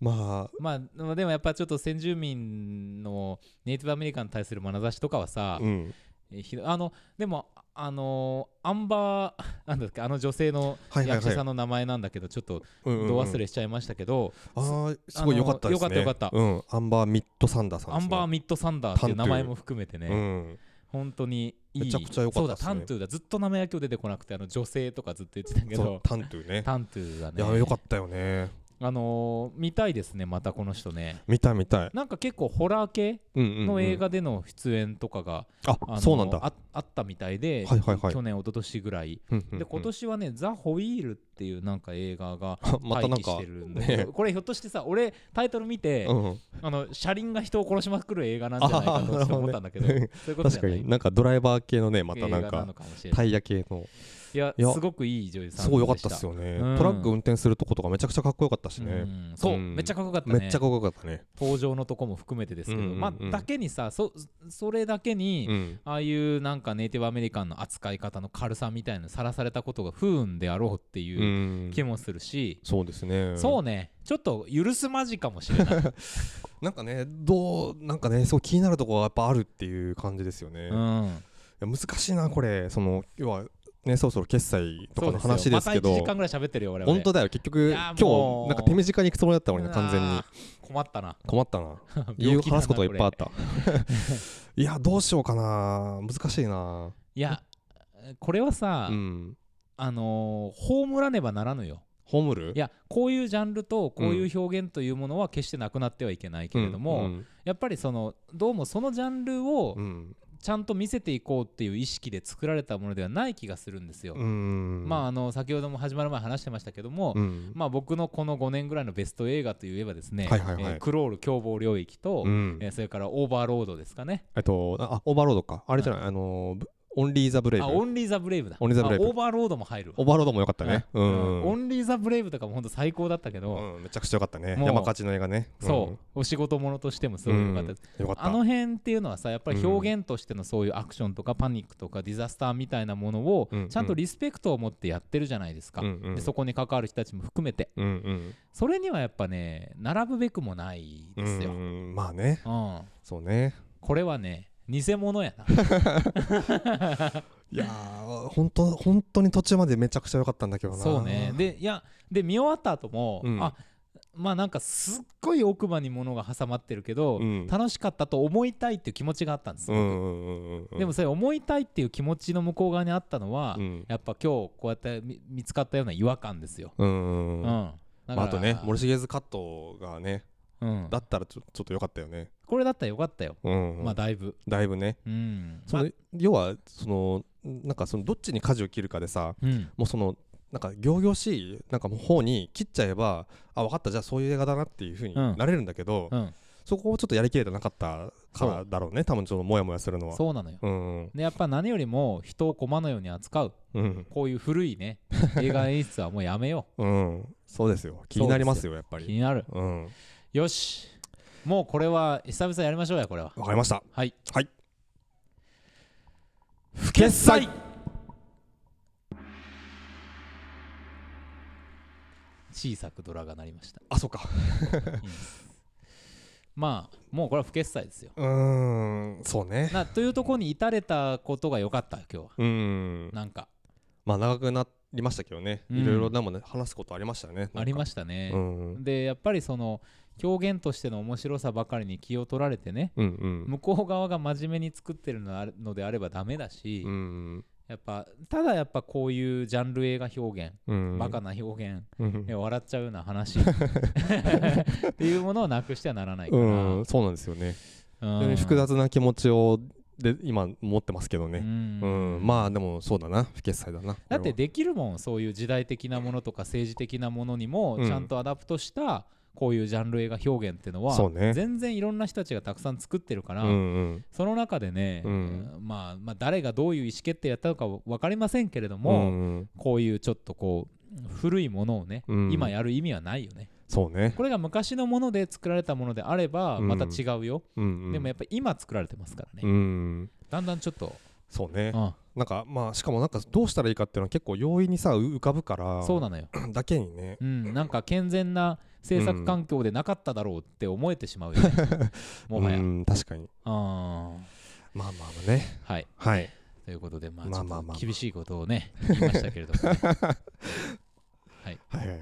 B: まあ
A: まあまあでもやっぱちょっと先住民のネイティブアメリカンに対する眼差しとかはさ、
B: うん
A: えひどあのでもあのアンバー <laughs> なんだっけあの女性の
B: はいはいはい
A: 役者さんの名前なんだけどちょっと
B: うんうんうん
A: ど忘れしちゃいましたけど、
B: ああすごい良かったですね。
A: あの良かった良かった
B: うん、アンバーミッドサンダーさん
A: ア
B: です、ね。
A: ンバー・ミッド・サンダーっていう名前も含めてね、
B: うん。
A: 本当にいい
B: めちゃくちゃ良かったっすね
A: そうだタントゥーだずっと名前が今日出てこなくてあの女性とかずっと言ってたけ
B: そう
A: ど
B: タントゥね。
A: タントゥーが
B: い
A: ね
B: や良かったよね。
A: あのー見たいですねまたこの人ね
B: 見たい見たい。
A: なんか結構ホラー系
B: うんうん、うん。
A: の映画での出演とかが、
B: あ、
A: あのー
B: そうなんだ。は
A: ああったみたいで、
B: いはいはい。
A: 去年一昨年ぐらい
B: うんうんうん
A: で今年はね「ザ・ホイール」っていうなんか映画が
B: ま
A: 待
B: たなん
A: 機
B: か
A: してるんだけど、これひょっとしてさ俺タイトル見て、
B: うん、
A: あの車輪が人を殺しまくる映画なんじゃないか
B: あー
A: とちょっと思ったんだけど
B: なるほど
A: そういうことじ
B: 確
A: ゃ
B: か
A: ない
B: になんかドライバー系のねまたな
A: 映
B: ん
A: 画なのか
B: か
A: もしれな
B: タ
A: い
B: イヤ系の
A: いや
B: いや
A: すごくいい女優さん
B: すごい良かったっす
A: よ
B: よね、
A: うん
B: トラック運転するとことかめちゃくちゃかっこよかったしね、
A: そう、
B: うん
A: めっちゃかっこよかったね
B: めっちゃかっこよかったね。
A: 登場のとこも含めてですけど、
B: うんうんうん
A: まあだけにさそそれだけに、
B: うん。
A: ああいうなんかネイティブアメリカンの扱い方の軽さみたいなさらされたことが不運であろうって
B: う。
A: いうん気もするし、
B: そうですね。
A: そうねちょっと許すまじかもしれない、
B: なんかねどうなんかねそう気になるところがやっぱあるっていう感じですよね。
A: うん、
B: いや難しいなこれその要はねそろそろ決済とかの話です
A: そ
B: け
A: うよまた1
B: ど
A: 時間ぐらい喋ってるよ我々
B: 本当だよ結
A: い
B: 局
A: や
B: 今
A: ー
B: 日
A: もう
B: なんか手短に行くつもりだったのにな完全
A: う
B: に
A: わー困ったな
B: 困ったな言
A: 病
B: う
A: 気だな
B: 話すことがいっぱいあっ
A: こ
B: た <laughs> いやどうしようかな難しいな
A: れいやこれはさ、
B: うん
A: あのー葬らねばならぬよ
B: ホーる
A: いやこういうジャンルとこういう表現というものは決してなくなってはいけないけれども、
B: うん
A: やっぱりそのどうもそのジャンルを
B: うん
A: ちゃんと見せていこうっていう意識で作られたものではない気がするんですよ。
B: うん
A: まああの先ほども始まる前話してましたけども、
B: うん
A: まあ、僕のこの5年ぐらいのベスト映画といえばですね、
B: はいはいはい
A: えークロール凶暴領域と、
B: うん
A: えーそれからオーバーロードですかね。
B: えっとああオーバーロードかあれじゃないあのーオンリーザブレイブ
A: あオンリー・ザ・ブレイブだ。
B: オンリーザブレイブ
A: あオーバーロードも入るわ
B: オーバーロードも良かったねう
A: うん
B: ん
A: オンリー・ザ・ブレイブとかも本当最高だったけど、
B: うんめちゃくちゃ良かったね
A: もう
B: 山勝ちの映画ね
A: そう、お仕事ものとしてもすごい良かったです、
B: うんよかった
A: あの辺っていうのはさやっぱり表現としてのそういうアクションとかパニックとかディザスターみたいなものを
B: うん
A: ちゃんとリスペクトを持ってやってるじゃないですか、
B: うんうん
A: でそこに関わる人たちも含めて
B: うんうん
A: それにはやっぱね並ぶべくもないですよ、
B: う
A: うん
B: んまあねそうね
A: これはね偽物やな
B: いやー本当本当に途中までめちゃくちゃ良かったんだけどな
A: そうねでいやで見終わった後も、
B: うん
A: あまあなんかすっごい奥歯に物が挟まってるけど、
B: うん
A: 楽しかったと思いたいっていう気持ちがあったんです
B: う
A: よ、
B: んうんうんうん
A: でもそれ思いたいっていう気持ちの向こう側にあったのは、
B: うん
A: やっぱ今日こうやってみ見つかったような違和感ですよ。
B: うん
A: う。
B: うんんうん
A: だ
B: ま
A: から
B: ああとね森重ズカットがね
A: うん
B: だ、ったらちょちょっと良かったよね
A: これだったらよかったよ。
B: うん
A: まあだいぶ。
B: だいぶね
A: うん。
B: その要はそのなんかそのどっちに舵を切るかでさ
A: うん。
B: もうそのなんか仰々しいなんかもう方に切っちゃえばあ分かったじゃあそういう映画だなっていう風に
A: うん
B: なれるんだけど
A: うん。
B: そこをちょっとやりきれてなかったからだろうね多分ちょっとモヤモヤするのは
A: そうなのよ
B: うんうん
A: でやっぱ何よりも人を駒のように扱う
B: うん
A: こういう古い
B: <laughs>
A: ね映画演出はもうやめよ
B: うんそうですよ気になりますよやっぱ
A: う気
B: り
A: になる
B: うん
A: よしもうこれは久々やりましょうやこれは
B: わかりました
A: はい
B: はい
A: 不
B: 決済
A: 小さくドラが鳴りました
B: あそうか
A: いいですまあもうこれは不決済ですよ
B: うーんそうね
A: なというところに至れたことが良かった今日は
B: うん
A: なんか
B: まあ長くなりましたけどね
A: うん
B: いろいろでもね話すことありましたね
A: ありま
B: し
A: した
B: た
A: ね
B: う、んうん
A: でやっぱりその表現としての面白さばかりに気を取られてね
B: うんうん
A: 向こう側が真面目に作ってるのあるのであればダメだし、
B: うん
A: やっぱただやっぱこういうジャンル映画表現、
B: うん
A: バカな表現、
B: うん
A: ね笑っちゃうような
B: <laughs>
A: 話っていうものをなくしてはならないから、
B: うんそうなんですよね
A: うん
B: 非常に複雑な気持ちをで今持ってますけど
A: う
B: ね
A: ん
B: うんまあでもそうだな不決裁だな
A: だってできるもんそういう時代的なものとか政治的なものにも
B: うん
A: ちゃんとアダプトしたこういうジャンル映画表現ってのは、
B: そうね
A: 全然いろんな人たちがたくさん作ってるか
B: う
A: ら、
B: んうん
A: その中でね、
B: うん
A: まあ、まあ誰がどういう意思決定やったのか分かりませんけれど
B: う
A: も、
B: んうん
A: こういうちょっとこう古いものをね、
B: うん
A: 今やる意味はないよね
B: そうね
A: これが昔のもので作られたものであれば
B: うん
A: また違うよ、
B: うんうん
A: でもやっぱ今作られてますからね、
B: うん
A: だんだんちょっと、
B: そうね
A: うん
B: なんかまあしかもなんかどうしたらいいかっていうのは結構容易にさう浮かぶから
A: そうなのよ、
B: だけにね
A: うん、なんか健全な制作環境でなかっただろうって思えてしまうよね、もはや、う、
B: <laughs> うんん確かにまあまあま
A: <laughs>
B: あね
A: はい
B: はい
A: ということでまあ
B: ま
A: ち
B: あ
A: ょっ
B: まあ
A: と
B: まあ
A: 厳しいことをね言いましたけれど
B: <laughs>
A: もね
B: はいはいはい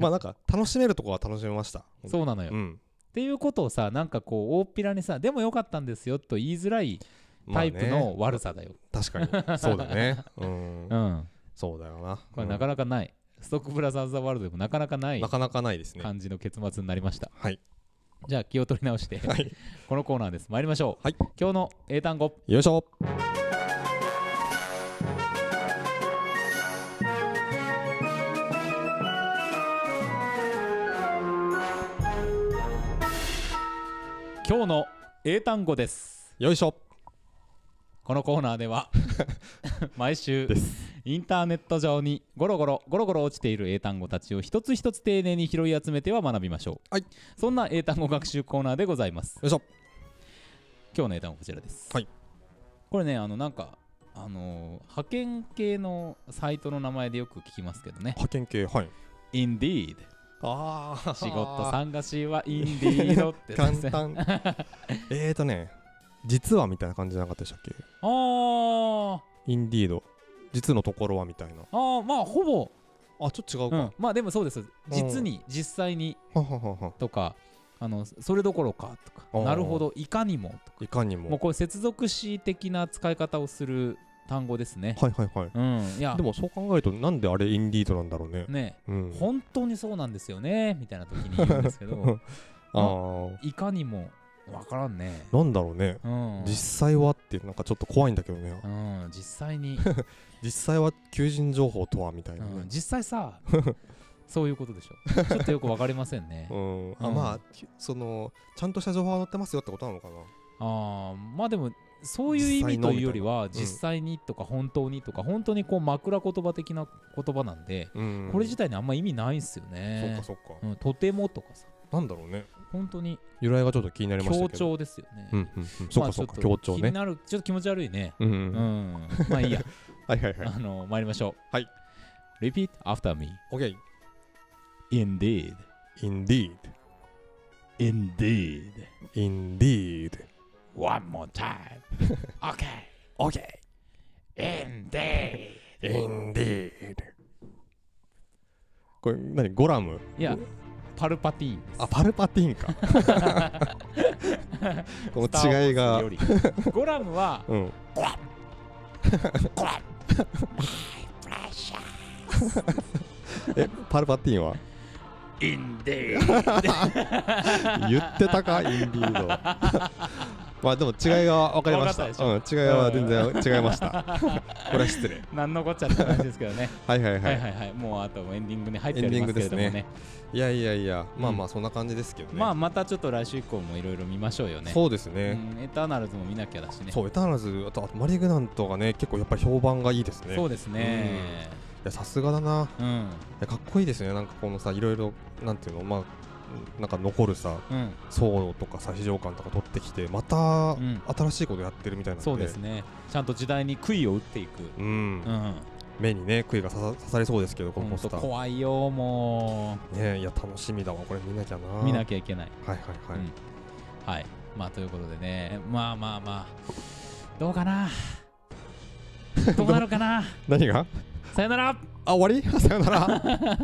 B: まあなんか楽しめるとこは楽しめました
A: そうなのよ、
B: う
A: っ
B: ん
A: ていうことをさなんかこう大っぴらにさでもよかったんですよと言いづらい
B: まあ
A: タイ
B: ね
A: プの悪さだよ、
B: 確かにそうだねうん
A: うん
B: そうだよな
A: これ
B: うん
A: なかなかない、ストックブラザーズ・ザ・ワールドでもなかなかない
B: なかなかないですね
A: 感じの結末になりました
B: はい
A: じゃあ気を取り直して、
B: はい
A: このコーナーです参りましょう、
B: はい
A: 今日の英単語
B: よいしょ
A: 今日の英単語です
B: よいしょ
A: このコーナーで
B: <laughs>
A: は毎週
B: です
A: インターネット上にゴロゴロゴロゴロ落ちている英単語たちを一つ一つ丁寧に拾い集めては学びましょう、
B: はい
A: そんな英単語学習コーナーでございます
B: よいしょ
A: 今日の英単語こちらです、
B: はい
A: これねあのなんかあのー派遣系のサイトの名前でよく聞きますけどね
B: 派遣系はい
A: Indeed
B: ああ
A: 仕事探しは Indeed って
B: 簡単 <laughs> えーとね実はみたいな感じじゃなかったでしたっけ
A: あー
B: インディード実のところはみたいな
A: あーまあほぼ、
B: あちょっと違う
A: う
B: か、
A: ん、まあでもそうです実に実際に
B: はははは
A: とかあのそれどころかと
B: お
A: か
B: ー
A: なるほどいかにもとか
B: いかに
A: もう
B: も
A: これ接続詞的な使い方をする単語ですね。
B: はいはいはい
A: うん、いや
B: でもそう考えるとなんであれインディードなんだろうね
A: ね
B: うん
A: 本当にそうなんですよねみたいな時に言うんですけど
B: あー
A: いかにもわからんね。
B: なんだろうね
A: うん
B: 実際はってなんかちょっと怖いんだけどね
A: うん、実際
B: <laughs>
A: に、
B: 実際は求人情報とはみたいうなね
A: ん、実際さそういうことでしょちょっとよくわかりませんね
B: <laughs> うん
A: う
B: あ
A: ん
B: まあきそのちゃんとした情報が載ってますよってことなのかな
A: あーまあでもそういう意味というよりは
B: 実際のみた
A: 実際にと
B: いなうん
A: か本当にとか本当にこう枕言葉的な言葉なんで、
B: うん
A: これ自体にあんま意味ないんすよ
B: そう
A: ね
B: か。そうか
A: うん、とてもとかさ、
B: なんだろうね
A: 本当に
B: 由来がちょっと気になりました
A: 強
B: けど
A: 調ですよね。
B: うんうんうんそう
A: まあ
B: かそうか
A: ちょ
B: 強
A: っと
B: 調
A: 気に
B: ね
A: なる、ちょっと気持ち悪いね。
B: うんう
A: うんん、まあいいや、
B: はい <laughs> はいはい
A: あの、参りましょう。
B: はい。
A: Repeat after me.
B: OK
C: Indeed,
B: Indeed
C: indeed.
B: Indeed
A: One more
B: <laughs>
A: time. okay.
B: OK
A: Indeed.
B: Indeed これ何ゴラム
A: いや、パルパティーンです。
B: あパルパティーンか
A: <laughs>
B: この違いが
A: より。
B: <laughs>
A: ゴラムは、
B: うん <laughs> えパルパティーンは
C: Indeed.
B: 言ってたかインディード <laughs> まあでも違いが分かりました
A: 分かったでしょ
B: うん、違いは全然違いました
A: <laughs>
B: これは失礼
A: なんのこっちゃって話ですけどね
B: はいはいはい、
A: はい
B: い
A: はいはいもうあとエンディングに入っておりますけれども
B: エ
A: ね
B: ンディやいやいやまあまあそんな感じですけどね、
A: まあまたちょっと来週以降もいろいろ見ましょうよね
B: そうです
A: う
B: ね、
A: んエターナルズも見なきゃだしね
B: そうエターナルズあとあとマリグナントがね結構やっぱり評判がいいですね
A: そう
B: い
A: ですね
B: やさすがだな
A: うんうん、
B: いやかっこいいですねなんかこのさいろいろなんていうのまあなんか残るさ層とかさ非常感とか取ってきてまた
A: ん
B: 新しいことやってるみたいなんで、
A: そうですねちゃんと時代に杭を打っていく
B: うん
A: うん
B: 目にね杭が刺さ刺されそうですけどこの
A: ほ
B: ポ
A: ん
B: ス
A: と
B: ター
A: 怖いよも
B: ねいや楽しみだわこれ見なきゃな
A: う見な
B: き
A: きゃいけない
B: ゃはいはいはい、
A: うんはいまあということでねまあまあまあどうか <laughs> などうなるかな
B: 何が
A: さよなら
B: <laughs> あ終わりさよなら